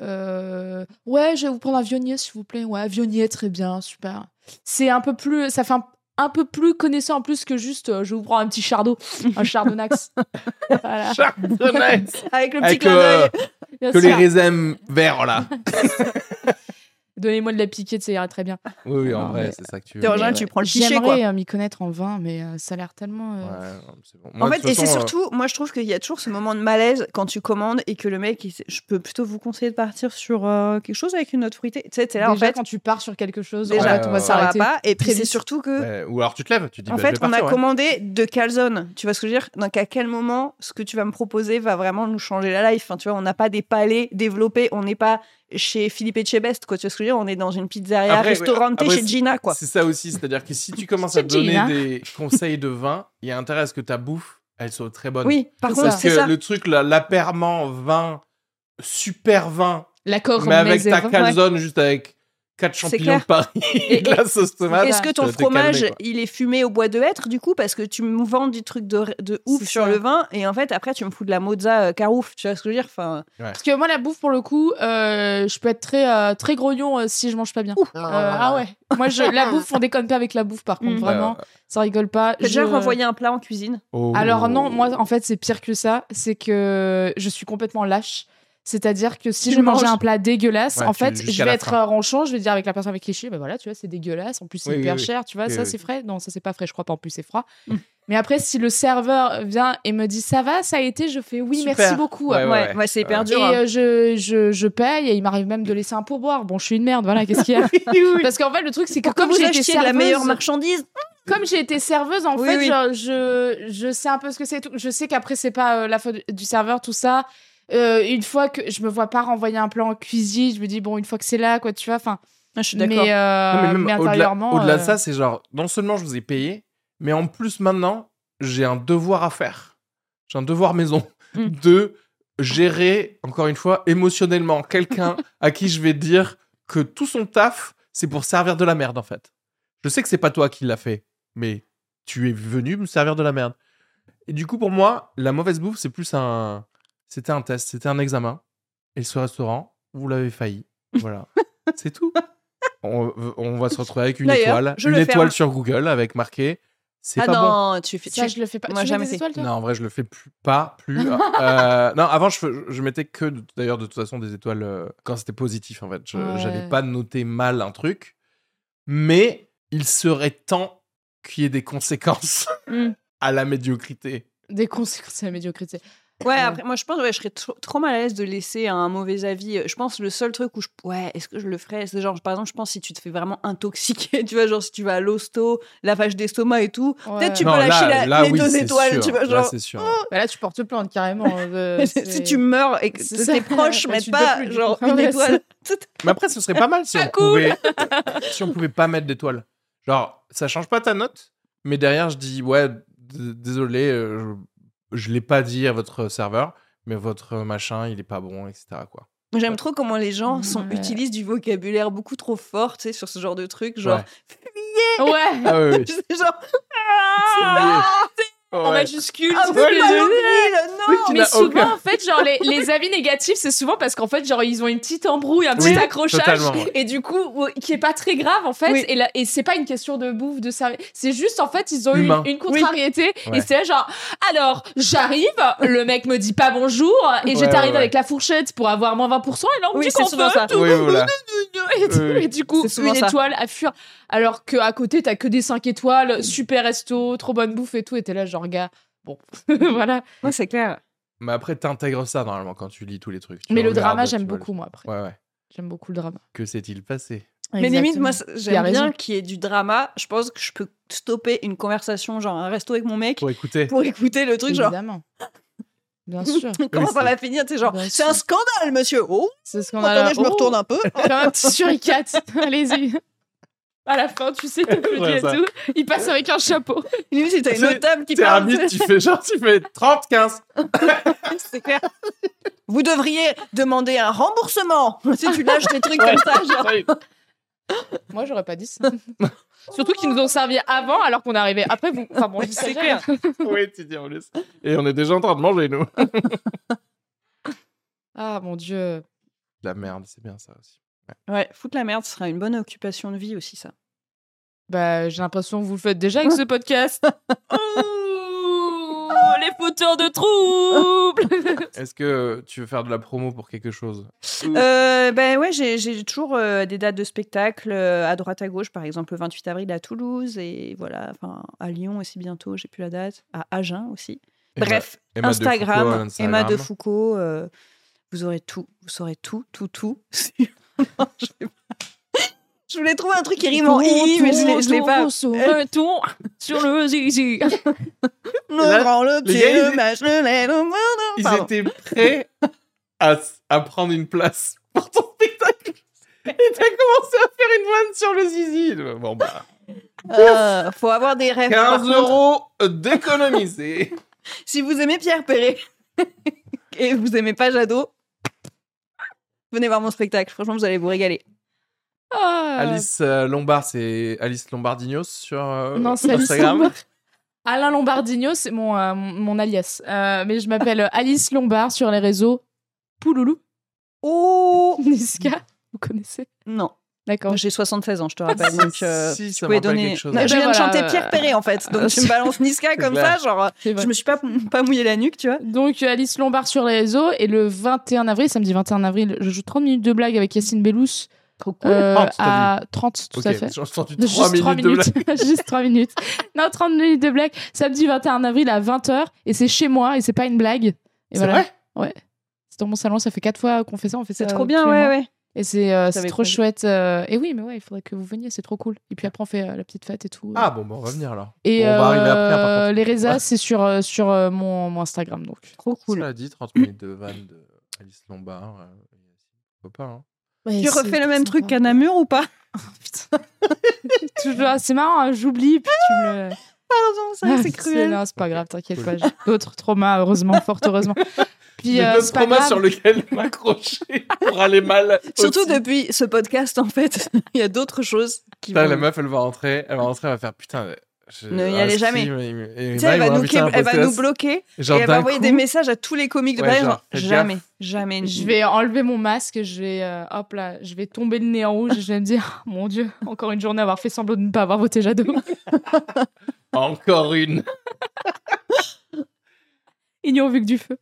[SPEAKER 2] euh, Ouais, je vais vous prendre un Viognier, s'il vous plaît. Ouais, Viognier, très bien, super. C'est un peu plus. Ça fait un, un peu plus connaissant en plus que juste euh, je vous prends un petit Chardot, un Chardonnax. voilà.
[SPEAKER 1] Chardonnay
[SPEAKER 3] Avec le petit
[SPEAKER 1] Avec
[SPEAKER 3] clin
[SPEAKER 1] euh,
[SPEAKER 3] d'œil.
[SPEAKER 2] Bien
[SPEAKER 1] que les
[SPEAKER 2] sûr.
[SPEAKER 1] raisins verts là.
[SPEAKER 2] Donnez-moi de la piquette, ça ira très bien.
[SPEAKER 1] Oui, oui, en
[SPEAKER 2] Non,
[SPEAKER 1] vrai,
[SPEAKER 2] mais-
[SPEAKER 1] c'est ça que tu veux.
[SPEAKER 3] T'es en général,
[SPEAKER 2] Mais,
[SPEAKER 3] tu
[SPEAKER 2] ouais,
[SPEAKER 3] prends le pichet, quoi.
[SPEAKER 2] J'aimerais euh, m'y connaître en vin, mais euh, ça a l'air tellement.
[SPEAKER 1] Ouais,
[SPEAKER 2] euh,
[SPEAKER 1] non, mais c'est bon. Moi,
[SPEAKER 3] En
[SPEAKER 1] de
[SPEAKER 3] fait,
[SPEAKER 1] toute
[SPEAKER 3] et c'est
[SPEAKER 1] façon, euh,
[SPEAKER 3] surtout, moi je trouve qu'il y a toujours ce moment de malaise quand tu commandes et que le mec, il- je peux plutôt vous conseiller de partir sur euh, quelque chose avec une note fruitée. Tu sais, t'es là en
[SPEAKER 2] déjà,
[SPEAKER 3] fait,
[SPEAKER 2] quand tu pars sur quelque chose, en
[SPEAKER 3] Déjà,
[SPEAKER 2] fait, on
[SPEAKER 1] ouais,
[SPEAKER 2] va
[SPEAKER 3] ça va
[SPEAKER 2] s'arrêter.
[SPEAKER 3] pas. Et puis
[SPEAKER 2] Très
[SPEAKER 3] c'est
[SPEAKER 2] vite.
[SPEAKER 3] surtout que
[SPEAKER 1] euh, ouais, Ou alors tu te lèves, tu dis.
[SPEAKER 3] En
[SPEAKER 1] bah, je
[SPEAKER 3] fait,
[SPEAKER 1] vais
[SPEAKER 3] on a
[SPEAKER 1] partir, ouais.
[SPEAKER 3] commandé deux calzones. Tu vois ce que je veux dire Donc, à quel moment ce que tu vas me proposer va vraiment nous changer la life Enfin, Tu vois, on n'a pas des palais développés. On n'est pas chez Philippe Etchebest, quoi. Tu vois ce que je veux dire On est dans une pizzeria
[SPEAKER 1] Après, ouais,
[SPEAKER 3] restaurantée
[SPEAKER 1] après,
[SPEAKER 3] chez Gina, quoi.
[SPEAKER 1] C'est ça aussi, c'est-à-dire que si tu commences à
[SPEAKER 2] C'est Jean,
[SPEAKER 1] donner
[SPEAKER 2] hein.
[SPEAKER 1] des conseils de vin, il y a intérêt à ce que ta bouffe, elle soit très bonne.
[SPEAKER 3] Oui, par
[SPEAKER 2] C'est
[SPEAKER 3] contre,
[SPEAKER 2] ça.
[SPEAKER 1] Parce que
[SPEAKER 3] c'est ça.
[SPEAKER 1] le truc, là, l'apperment vin, super vin,
[SPEAKER 2] L'accord,
[SPEAKER 1] mais avec ta
[SPEAKER 2] vins.
[SPEAKER 1] calzone, juste avec quatre champignons
[SPEAKER 3] clair.
[SPEAKER 1] de Paris et de la sauce tomate.
[SPEAKER 2] euh,
[SPEAKER 3] Est-ce que ton
[SPEAKER 1] tu vas bah, te calmer,
[SPEAKER 3] fromage,
[SPEAKER 1] quoi.
[SPEAKER 3] il est fumé au bois de hêtre, du coup Parce que tu me vends du truc de, de ouf
[SPEAKER 2] C'est
[SPEAKER 3] sur
[SPEAKER 2] ça.
[SPEAKER 3] le vin. Et en fait, après, tu me fous de la mozza euh, carouf. Tu vois ce que je veux dire enfin,
[SPEAKER 2] Parce que moi, la bouffe, pour le coup, euh, je peux être très, euh, très grognon euh, si je mange pas bien. Euh, ah ouais. Moi, je, la bouffe, on déconne pas avec la bouffe, par contre.
[SPEAKER 3] Mm.
[SPEAKER 2] Vraiment, ça rigole pas.
[SPEAKER 3] T'as
[SPEAKER 2] Je-
[SPEAKER 3] déjà renvoyé un plat en cuisine
[SPEAKER 1] Bah, Oh.
[SPEAKER 2] Alors non, moi, en fait, c'est pire que ça. C'est que je suis complètement lâche. C'est-à-dire que si
[SPEAKER 3] Tu
[SPEAKER 2] je mangeais
[SPEAKER 3] manges.
[SPEAKER 2] un plat dégueulasse,
[SPEAKER 1] Ouais,
[SPEAKER 2] en
[SPEAKER 1] tu-
[SPEAKER 2] fait, je
[SPEAKER 1] jusqu'à
[SPEAKER 2] vais
[SPEAKER 1] la
[SPEAKER 2] être
[SPEAKER 1] fin.
[SPEAKER 2] euh, ronchon, je vais dire avec la personne avec qui je suis, bah voilà, tu vois, c'est dégueulasse, en plus c'est
[SPEAKER 1] Oui, oui,
[SPEAKER 2] hyper
[SPEAKER 1] oui.
[SPEAKER 2] cher, tu vois,
[SPEAKER 1] Oui,
[SPEAKER 2] ça
[SPEAKER 1] oui.
[SPEAKER 2] c'est frais. Non, ça c'est pas frais, je crois pas, en plus c'est froid.
[SPEAKER 3] Mm.
[SPEAKER 2] Mais après, si le serveur vient et me dit ça va, ça a été, je fais oui,
[SPEAKER 1] Super.
[SPEAKER 2] merci beaucoup.
[SPEAKER 1] Ouais, ouais,
[SPEAKER 3] Ouais, ouais, c'est hyper
[SPEAKER 1] ouais.
[SPEAKER 3] dur.
[SPEAKER 2] Et
[SPEAKER 3] hein.
[SPEAKER 2] euh, je, je, je paye et il m'arrive même de laisser un pourboire. Bon, je suis une merde, voilà, qu'est-ce qu'il y a Parce qu'en fait, le truc, c'est que
[SPEAKER 3] Comme
[SPEAKER 2] comme
[SPEAKER 3] vous
[SPEAKER 2] j'ai été
[SPEAKER 3] achetiez de la
[SPEAKER 2] serveuse,
[SPEAKER 3] meilleure marchandise
[SPEAKER 2] comme j'ai été serveuse, en
[SPEAKER 3] Oui,
[SPEAKER 2] fait,
[SPEAKER 3] oui.
[SPEAKER 2] genre, je, je sais un peu ce que c'est. et tout. Je sais qu'après, c'est pas euh, la faute du serveur, tout ça. Euh, une fois que je me vois pas renvoyer un plan en cuisine, je me dis, bon, une fois que c'est là, quoi, tu vois, enfin.
[SPEAKER 3] ah, Je suis d'accord.
[SPEAKER 2] Mais, euh,
[SPEAKER 1] Non, mais même
[SPEAKER 2] mais
[SPEAKER 1] au-delà
[SPEAKER 2] intérieurement.
[SPEAKER 1] au-delà de
[SPEAKER 2] euh,
[SPEAKER 1] ça, c'est genre, non seulement je vous ai payé, mais en plus maintenant, j'ai un devoir à faire. J'ai un devoir maison
[SPEAKER 2] Hmm.
[SPEAKER 3] Mm.
[SPEAKER 1] de gérer, encore une fois, émotionnellement quelqu'un à qui je vais dire que tout son taf, c'est pour servir de la merde en fait. Je sais que c'est pas toi qui l'as fait, mais tu es venu me servir de la merde. Et du coup, pour moi, la mauvaise bouffe, c'est plus un. C'était un test, c'était un examen. Et ce restaurant, vous l'avez failli. Voilà. c'est tout. On, on va se retrouver avec une
[SPEAKER 3] D'ailleurs,
[SPEAKER 1] étoile.
[SPEAKER 3] je
[SPEAKER 1] Une
[SPEAKER 3] le
[SPEAKER 1] étoile
[SPEAKER 3] ferme.
[SPEAKER 1] sur Google avec marqué c'est
[SPEAKER 3] Ah
[SPEAKER 1] pas bon.
[SPEAKER 3] non, tu fais.
[SPEAKER 2] Ça,
[SPEAKER 3] tu-
[SPEAKER 2] je le fais pas.
[SPEAKER 3] Moi,
[SPEAKER 2] tu mets
[SPEAKER 3] jamais
[SPEAKER 2] des
[SPEAKER 3] fait.
[SPEAKER 2] étoiles, toi
[SPEAKER 1] Non, en vrai, je le fais plus, pas, plus. Euh, non, avant, je, je mettais que, de- d'ailleurs, de toute façon, des étoiles euh, quand c'était positif, en fait. Je-
[SPEAKER 2] Ouais.
[SPEAKER 1] J'avais pas noté mal un truc, mais il serait temps qu'il y ait des conséquences
[SPEAKER 3] Mm.
[SPEAKER 1] à la médiocrité.
[SPEAKER 2] Des conséquences à la médiocrité.
[SPEAKER 3] Ouais, après, moi, je pense, ouais, je serais trop, trop mal à l'aise de laisser un mauvais avis. Je pense, le seul truc où je. Ouais, est-ce que je le ferais C'est genre, par exemple, je pense si tu te fais vraiment intoxiquer, tu vois, genre si tu vas à l'hosto, lavage d'estomac et tout, peut-être tu
[SPEAKER 2] Ah.
[SPEAKER 1] Non,
[SPEAKER 3] peux lâcher
[SPEAKER 1] là,
[SPEAKER 3] la-
[SPEAKER 1] là,
[SPEAKER 3] les
[SPEAKER 1] oui,
[SPEAKER 3] deux
[SPEAKER 1] c'est
[SPEAKER 3] étoiles,
[SPEAKER 1] sûr.
[SPEAKER 3] tu vois,
[SPEAKER 1] Là,
[SPEAKER 3] genre. Oh,
[SPEAKER 1] c'est sûr.
[SPEAKER 2] Bah là, tu portes plainte carrément. euh,
[SPEAKER 3] si
[SPEAKER 2] c'est-
[SPEAKER 3] tu meurs et que
[SPEAKER 2] c'est ça.
[SPEAKER 3] tes proches
[SPEAKER 2] Là, tu
[SPEAKER 3] mettent
[SPEAKER 2] dois
[SPEAKER 3] pas
[SPEAKER 2] plus, du
[SPEAKER 3] genre
[SPEAKER 2] coup.
[SPEAKER 3] une
[SPEAKER 2] Ouais,
[SPEAKER 3] étoile,
[SPEAKER 1] Mais après, ce serait pas mal si
[SPEAKER 2] Pas
[SPEAKER 1] on
[SPEAKER 2] cool.
[SPEAKER 1] pouvait, si on pouvait pas mettre d'étoiles. Genre, ça change pas ta note, mais derrière, je dis ouais, d- désolé, euh, je, je l'ai pas dit à votre serveur, mais votre machin, il est pas bon, etc. Quoi.
[SPEAKER 3] j'aime trop comment les gens sont,
[SPEAKER 2] Ouais.
[SPEAKER 3] utilisent du vocabulaire beaucoup trop fort, tu sais, sur ce genre de truc, genre
[SPEAKER 1] Ouais.
[SPEAKER 2] Ouais.
[SPEAKER 1] Ah oui, oui.
[SPEAKER 3] C'est genre.
[SPEAKER 1] C'est
[SPEAKER 2] en majuscule.
[SPEAKER 3] Ah
[SPEAKER 2] tu
[SPEAKER 3] oui,
[SPEAKER 2] vois, les-
[SPEAKER 3] bah oui, non.
[SPEAKER 1] Oui, tu
[SPEAKER 2] mais
[SPEAKER 1] n'as
[SPEAKER 2] souvent,
[SPEAKER 1] aucun-
[SPEAKER 2] en fait, genre, les, les avis négatifs, c'est souvent parce qu'en fait, genre, ils ont une petite embrouille, un petit
[SPEAKER 1] Oui,
[SPEAKER 2] accrochage,
[SPEAKER 1] totalement, ouais.
[SPEAKER 2] et du coup, ou- qui est pas très grave, en fait,
[SPEAKER 3] Oui.
[SPEAKER 2] et, là- et c'est pas une question de bouffe, de service. C'est juste, en fait, ils ont eu
[SPEAKER 1] Humain.
[SPEAKER 2] une, une contrariété,
[SPEAKER 1] Oui. Ouais.
[SPEAKER 2] et c'est là, genre, alors, j'arrive, le mec me dit pas bonjour, et
[SPEAKER 1] Ouais,
[SPEAKER 2] j'étais arrivée
[SPEAKER 1] ouais,
[SPEAKER 2] avec la fourchette pour avoir moins 20%, et là, on me
[SPEAKER 3] Oui,
[SPEAKER 2] dit
[SPEAKER 3] c'est
[SPEAKER 2] qu'on
[SPEAKER 3] souvent
[SPEAKER 2] veut
[SPEAKER 3] ça.
[SPEAKER 2] tout.
[SPEAKER 1] Oui, voilà.
[SPEAKER 2] Et, du-
[SPEAKER 1] Oui, oui.
[SPEAKER 2] et du coup,
[SPEAKER 3] C'est souvent
[SPEAKER 2] une
[SPEAKER 3] ça.
[SPEAKER 2] étoile à fuir. Alors qu'à côté, t'as que des 5
[SPEAKER 1] Mm.
[SPEAKER 2] étoiles, super resto, trop bonne bouffe et tout. Et t'es là, genre, gars, bon, voilà.
[SPEAKER 3] Non, c'est clair.
[SPEAKER 1] Mais après, t'intègres ça normalement quand tu lis tous les trucs. Tu
[SPEAKER 2] Mais le
[SPEAKER 1] regardes,
[SPEAKER 2] drama,
[SPEAKER 1] tu
[SPEAKER 2] j'aime
[SPEAKER 1] vois,
[SPEAKER 2] beaucoup, moi, après.
[SPEAKER 1] Ouais, ouais.
[SPEAKER 2] J'aime beaucoup le drama.
[SPEAKER 1] Que s'est-il passé
[SPEAKER 3] Mais limite, moi,
[SPEAKER 2] Exactement.
[SPEAKER 3] c'est-
[SPEAKER 2] Il a
[SPEAKER 3] j'aime
[SPEAKER 2] raison.
[SPEAKER 3] bien qu'il y ait du drama. Je pense que je peux stopper une conversation, genre un resto avec mon mec,
[SPEAKER 1] Pour écouter.
[SPEAKER 3] pour écouter le truc, genre.
[SPEAKER 2] Évidemment. Bien sûr.
[SPEAKER 1] Oui,
[SPEAKER 3] Comment ça
[SPEAKER 1] c'est-
[SPEAKER 3] va finir C'est genre,
[SPEAKER 2] Bien
[SPEAKER 3] c'est un
[SPEAKER 2] sûr.
[SPEAKER 3] scandale, monsieur. Oh,
[SPEAKER 2] C'est ce qu'on a là.
[SPEAKER 3] attendez, je me
[SPEAKER 2] Oh,
[SPEAKER 3] retourne un peu.
[SPEAKER 2] Comme un petit suricate. Allez-y. À la fin, tu sais, tu
[SPEAKER 1] Ouais,
[SPEAKER 2] et
[SPEAKER 1] ça.
[SPEAKER 2] tout. Il passe avec un chapeau.
[SPEAKER 3] Limite, t'as une
[SPEAKER 1] C'est-
[SPEAKER 3] autre table qui
[SPEAKER 1] T'es un
[SPEAKER 3] parle.
[SPEAKER 1] mythe, tu fais genre, tu fais 30, 15.
[SPEAKER 3] C'est clair. Vous devriez demander un remboursement si tu lâches des trucs comme ça. Genre.
[SPEAKER 2] Moi, j'aurais pas dit ça. Surtout qu'ils nous ont servi avant, alors qu'on arrivait après. Vous... Enfin bon, je dis ça,
[SPEAKER 3] C'est
[SPEAKER 2] j'ai
[SPEAKER 3] clair.
[SPEAKER 1] Oui, tu dis, on laisse. Et on est déjà en train de manger, nous.
[SPEAKER 2] Ah mon dieu.
[SPEAKER 1] La merde, c'est bien ça aussi.
[SPEAKER 3] Ouais, foutre la merde, ce sera une bonne occupation de vie aussi, ça.
[SPEAKER 2] Bah, j'ai l'impression que vous le faites déjà avec ce podcast. Ouh, Oh, les fauteurs de troubles.
[SPEAKER 1] Est-ce que tu veux faire de la promo pour quelque chose
[SPEAKER 3] Euh, ben ouais, j'ai- j'ai toujours euh, des dates de spectacle euh, à droite à gauche, par exemple le 28 avril à Toulouse et voilà, enfin à Lyon aussi bientôt, j'ai plus la date, à Agen aussi. Bref,
[SPEAKER 1] Emma- Emma de
[SPEAKER 3] Instagram,
[SPEAKER 1] Foucault, euh, Instagram.
[SPEAKER 3] Emma de Foucault, euh, vous aurez tout, vous saurez tout, tout, tout. Non, je sais pas. Je voulais trouver un truc qui rime en i, mais je l'ai- je l'ai pas.
[SPEAKER 2] Un tour sur le zizi.
[SPEAKER 3] Le
[SPEAKER 1] Là,
[SPEAKER 3] rang, le
[SPEAKER 1] les
[SPEAKER 3] pied,
[SPEAKER 1] gars,
[SPEAKER 3] le
[SPEAKER 1] ils-
[SPEAKER 3] mâche, le lait, le moi-
[SPEAKER 1] Ils
[SPEAKER 3] Pardon.
[SPEAKER 1] étaient prêts à, s- à prendre une place pour ton spectacle. Et t'as commencé à faire une vanne sur le zizi. Bon, bah,
[SPEAKER 3] Euh, faut avoir des rêves. par
[SPEAKER 1] 15
[SPEAKER 3] contre. Euh,
[SPEAKER 1] euros d'économiser.
[SPEAKER 3] Si vous aimez Pierre Perret et vous aimez pas Jadot, venez voir mon spectacle. Franchement, vous allez vous régaler.
[SPEAKER 2] Ah.
[SPEAKER 1] Alice euh, Lombard, c'est Alice Lombardinos sur euh,
[SPEAKER 2] Non, c'est Alice
[SPEAKER 1] Instagram.
[SPEAKER 2] Lombard. Alain Lombardino, c'est mon, euh, mon mon alias. Euh, mais je m'appelle Alice Lombard sur les réseaux Pouloulou,
[SPEAKER 3] Oh
[SPEAKER 2] Niska. Vous connaissez
[SPEAKER 3] Non,
[SPEAKER 2] D'accord.
[SPEAKER 3] j'ai 76 ans, je te rappelle. Donc, euh,
[SPEAKER 1] Ah, si, ça
[SPEAKER 3] vous
[SPEAKER 1] me
[SPEAKER 3] pouvez
[SPEAKER 1] rappelle
[SPEAKER 3] donner.
[SPEAKER 1] quelque chose.
[SPEAKER 3] Non,
[SPEAKER 2] Eh
[SPEAKER 3] je
[SPEAKER 2] ben
[SPEAKER 3] viens de
[SPEAKER 2] voilà,
[SPEAKER 3] chanter
[SPEAKER 2] euh,
[SPEAKER 3] Pierre Perret en fait.
[SPEAKER 2] euh,
[SPEAKER 3] Donc tu me balances Niska comme ça, genre
[SPEAKER 2] C'est vrai.
[SPEAKER 3] je me suis pas, pas mouillé la nuque, tu vois.
[SPEAKER 2] Donc euh, Alice Lombard sur les réseaux et le 21 avril, samedi 21 avril, je joue 30 minutes de blague avec Yacine Bellous
[SPEAKER 3] Trop
[SPEAKER 2] euh,
[SPEAKER 1] 30, t'as
[SPEAKER 2] à 30 tout
[SPEAKER 1] Ok,
[SPEAKER 2] à fait.
[SPEAKER 1] J'ai entendu 3
[SPEAKER 2] Juste 3 minutes,
[SPEAKER 1] minutes, de blague.
[SPEAKER 2] Juste 3 minutes. Non, 30 minutes de blague. Samedi 21 avril à 20h. Et c'est chez moi et c'est pas une blague. Et
[SPEAKER 1] C'est
[SPEAKER 2] voilà.
[SPEAKER 1] vrai
[SPEAKER 2] C'est dans mon salon. Ça fait 4 fois qu'on fait ça. On fait ça.
[SPEAKER 3] C'est trop
[SPEAKER 2] tous
[SPEAKER 3] bien,
[SPEAKER 2] les
[SPEAKER 3] ouais,
[SPEAKER 2] mois.
[SPEAKER 3] ouais.
[SPEAKER 2] Et c'est euh, c'est
[SPEAKER 3] J'avais
[SPEAKER 2] trop
[SPEAKER 3] pas vu.
[SPEAKER 2] chouette. euh, Et oui, mais ouais, il faudrait que vous veniez. C'est trop cool. Et puis après, on fait euh, la petite fête et tout.
[SPEAKER 1] Ah bon, bah, on va venir alors.
[SPEAKER 2] Et
[SPEAKER 1] Bon, on va arriver après, hein,
[SPEAKER 2] euh,
[SPEAKER 1] par contre.
[SPEAKER 2] les résas,
[SPEAKER 1] Ouais.
[SPEAKER 2] c'est sur, euh, sur euh, mon, mon Instagram. Donc.
[SPEAKER 3] Trop cool.
[SPEAKER 1] Ça a dit 30 minutes de vanne de Alice Lombard. euh, Pourquoi pas hein.
[SPEAKER 3] Tu refais le même truc qu'à Namur ou pas
[SPEAKER 2] Toujours- C'est marrant, hein, j'oublie, puis tu me.
[SPEAKER 3] Pardon, ça,
[SPEAKER 2] Ah,
[SPEAKER 3] c'est cruel.
[SPEAKER 2] Non, c'est pas grave, t'inquiète
[SPEAKER 1] Cool.
[SPEAKER 2] pas. J'ai d'autres traumas, heureusement, fort heureusement. Puis,
[SPEAKER 1] Le
[SPEAKER 2] euh,
[SPEAKER 1] deux
[SPEAKER 2] c'est pas
[SPEAKER 1] traumas
[SPEAKER 2] grave.
[SPEAKER 1] sur lequel m'accrocher pour aller mal.
[SPEAKER 3] Surtout
[SPEAKER 1] aussi.
[SPEAKER 3] depuis ce podcast, en fait, il y a d'autres choses qui
[SPEAKER 1] Putain,
[SPEAKER 3] vont.
[SPEAKER 1] la meuf, elle va rentrer, elle va rentrer, elle va faire putain. je-
[SPEAKER 3] Ne y
[SPEAKER 1] ah,
[SPEAKER 3] allez
[SPEAKER 1] si,
[SPEAKER 3] jamais.
[SPEAKER 1] mais- mais- et
[SPEAKER 3] Tu sais,
[SPEAKER 1] là,
[SPEAKER 3] elle va
[SPEAKER 1] ils vont
[SPEAKER 3] nous
[SPEAKER 1] inviter un
[SPEAKER 3] qué- elle va nous
[SPEAKER 1] podcast.
[SPEAKER 3] bloquer.
[SPEAKER 1] Genre,
[SPEAKER 3] et elle va
[SPEAKER 1] d'un
[SPEAKER 3] envoyer
[SPEAKER 1] coup,
[SPEAKER 3] des messages à tous les comiques de
[SPEAKER 1] Ouais,
[SPEAKER 3] Paris,
[SPEAKER 1] genre,
[SPEAKER 3] genre,
[SPEAKER 1] faites
[SPEAKER 3] jamais, jamais.
[SPEAKER 2] Je vais enlever mon masque, et je vais, euh, hop là, je vais tomber le nez en rouge et je vais me dire, Oh, mon Dieu, encore une journée à avoir fait semblant de ne pas avoir voté Jadot.
[SPEAKER 1] encore une.
[SPEAKER 2] Ils n'y ont vu que du feu.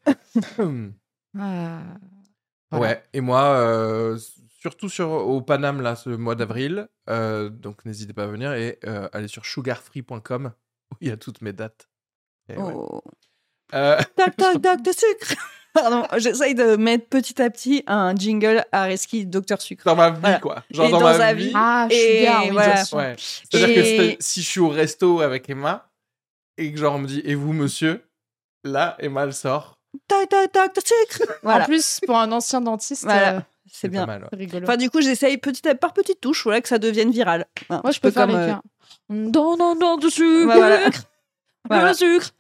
[SPEAKER 1] Hum.
[SPEAKER 2] Ah. Voilà.
[SPEAKER 1] Ouais, et moi, euh, s- surtout sur, au Paname, là, ce mois d'avril. euh, donc, n'hésitez pas à venir et euh, allez sur sugarfree.com où il y a toutes mes dates. Et ouais.
[SPEAKER 3] Oh.
[SPEAKER 1] Euh,
[SPEAKER 3] Toc toc toc de sucre. Pardon, j'essaye de mettre petit à petit un jingle à Reski Docteur Sucre.
[SPEAKER 1] dans ma vie,
[SPEAKER 3] Voilà.
[SPEAKER 1] quoi. Genre,
[SPEAKER 3] Et
[SPEAKER 1] dans,
[SPEAKER 3] dans
[SPEAKER 1] ma
[SPEAKER 3] sa
[SPEAKER 1] vie.
[SPEAKER 3] vie.
[SPEAKER 2] Ah,
[SPEAKER 3] Et
[SPEAKER 2] Sugar, oui,
[SPEAKER 3] voilà.
[SPEAKER 2] bien sûr.
[SPEAKER 1] Ouais. C'est-à-dire que
[SPEAKER 3] Et-
[SPEAKER 1] c'est- si je suis au resto avec Emma et que, genre, on me dit, et vous, monsieur Là, Emma, elle sort.
[SPEAKER 3] Toc toc toc de sucre.
[SPEAKER 2] En
[SPEAKER 3] Voilà,
[SPEAKER 2] plus, pour un ancien dentiste,
[SPEAKER 3] Voilà.
[SPEAKER 2] euh,
[SPEAKER 3] c'est
[SPEAKER 1] pas
[SPEAKER 3] bien.
[SPEAKER 1] mal, ouais.
[SPEAKER 2] c'est rigolo.
[SPEAKER 3] Enfin, du coup, j'essaye petit à, par petites touches, voilà, que ça devienne viral. Voilà,
[SPEAKER 2] Moi,
[SPEAKER 3] un
[SPEAKER 2] je peux
[SPEAKER 3] peu
[SPEAKER 2] faire les
[SPEAKER 3] comme, euh,
[SPEAKER 2] cas. Non, non, non, du sucre,
[SPEAKER 3] bah, voilà.
[SPEAKER 2] le
[SPEAKER 3] Voilà.
[SPEAKER 2] sucre,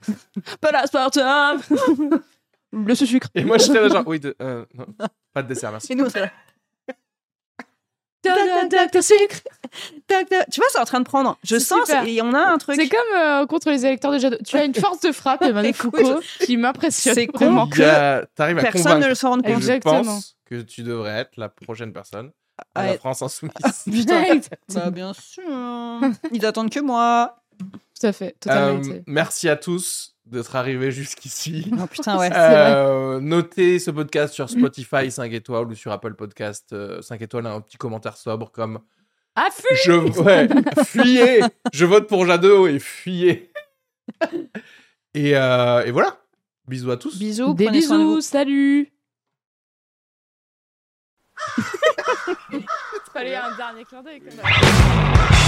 [SPEAKER 2] pas l'aspartame, le sucre.
[SPEAKER 1] Et moi, j'étais là, genre, oui, de- euh, non, pas de dessert, merci.
[SPEAKER 3] Et nous, on serait là.
[SPEAKER 2] Docteur, docteur sucre.
[SPEAKER 3] Tac, tac. Tu vois, c'est en train de prendre. Je
[SPEAKER 2] C'est
[SPEAKER 3] sens,
[SPEAKER 2] super.
[SPEAKER 3] et on a un
[SPEAKER 2] C'est
[SPEAKER 3] truc.
[SPEAKER 2] comme euh, contre les électeurs de Jadot. Tu as une force de frappe, Emmanuel
[SPEAKER 3] Écoute,
[SPEAKER 2] Foucault, qui m'impressionne.
[SPEAKER 3] c'est con.
[SPEAKER 2] vraiment.
[SPEAKER 1] Il y a- T'arrives à
[SPEAKER 3] Personne
[SPEAKER 1] convaincre.
[SPEAKER 3] ne le se rend
[SPEAKER 1] Et
[SPEAKER 3] compte.
[SPEAKER 1] je
[SPEAKER 2] Exactement.
[SPEAKER 1] pense que tu devrais être la prochaine personne à
[SPEAKER 3] Ouais.
[SPEAKER 1] la France insoumise.
[SPEAKER 3] Ah, Putain.
[SPEAKER 2] Tout
[SPEAKER 3] Bah, bien sûr. Ils attendent que moi.
[SPEAKER 2] à fait,
[SPEAKER 1] Euh,
[SPEAKER 2] totalement. tu sais.
[SPEAKER 1] merci à tous d'être arrivés jusqu'ici.
[SPEAKER 3] Oh putain, ouais.
[SPEAKER 2] C'est vrai.
[SPEAKER 1] Euh, notez ce podcast sur Spotify 5 étoiles ou sur Apple Podcast euh, 5 étoiles un petit commentaire sobre comme
[SPEAKER 2] Ah, fou
[SPEAKER 1] je ouais, fuyez, je vote pour Jadot et fuyez. et, euh, et voilà. Bisous à tous.
[SPEAKER 3] Bisous,
[SPEAKER 2] Des
[SPEAKER 3] prenez soin de vous.
[SPEAKER 2] bisous, salut Fallait un dernier clin d'œil quand même.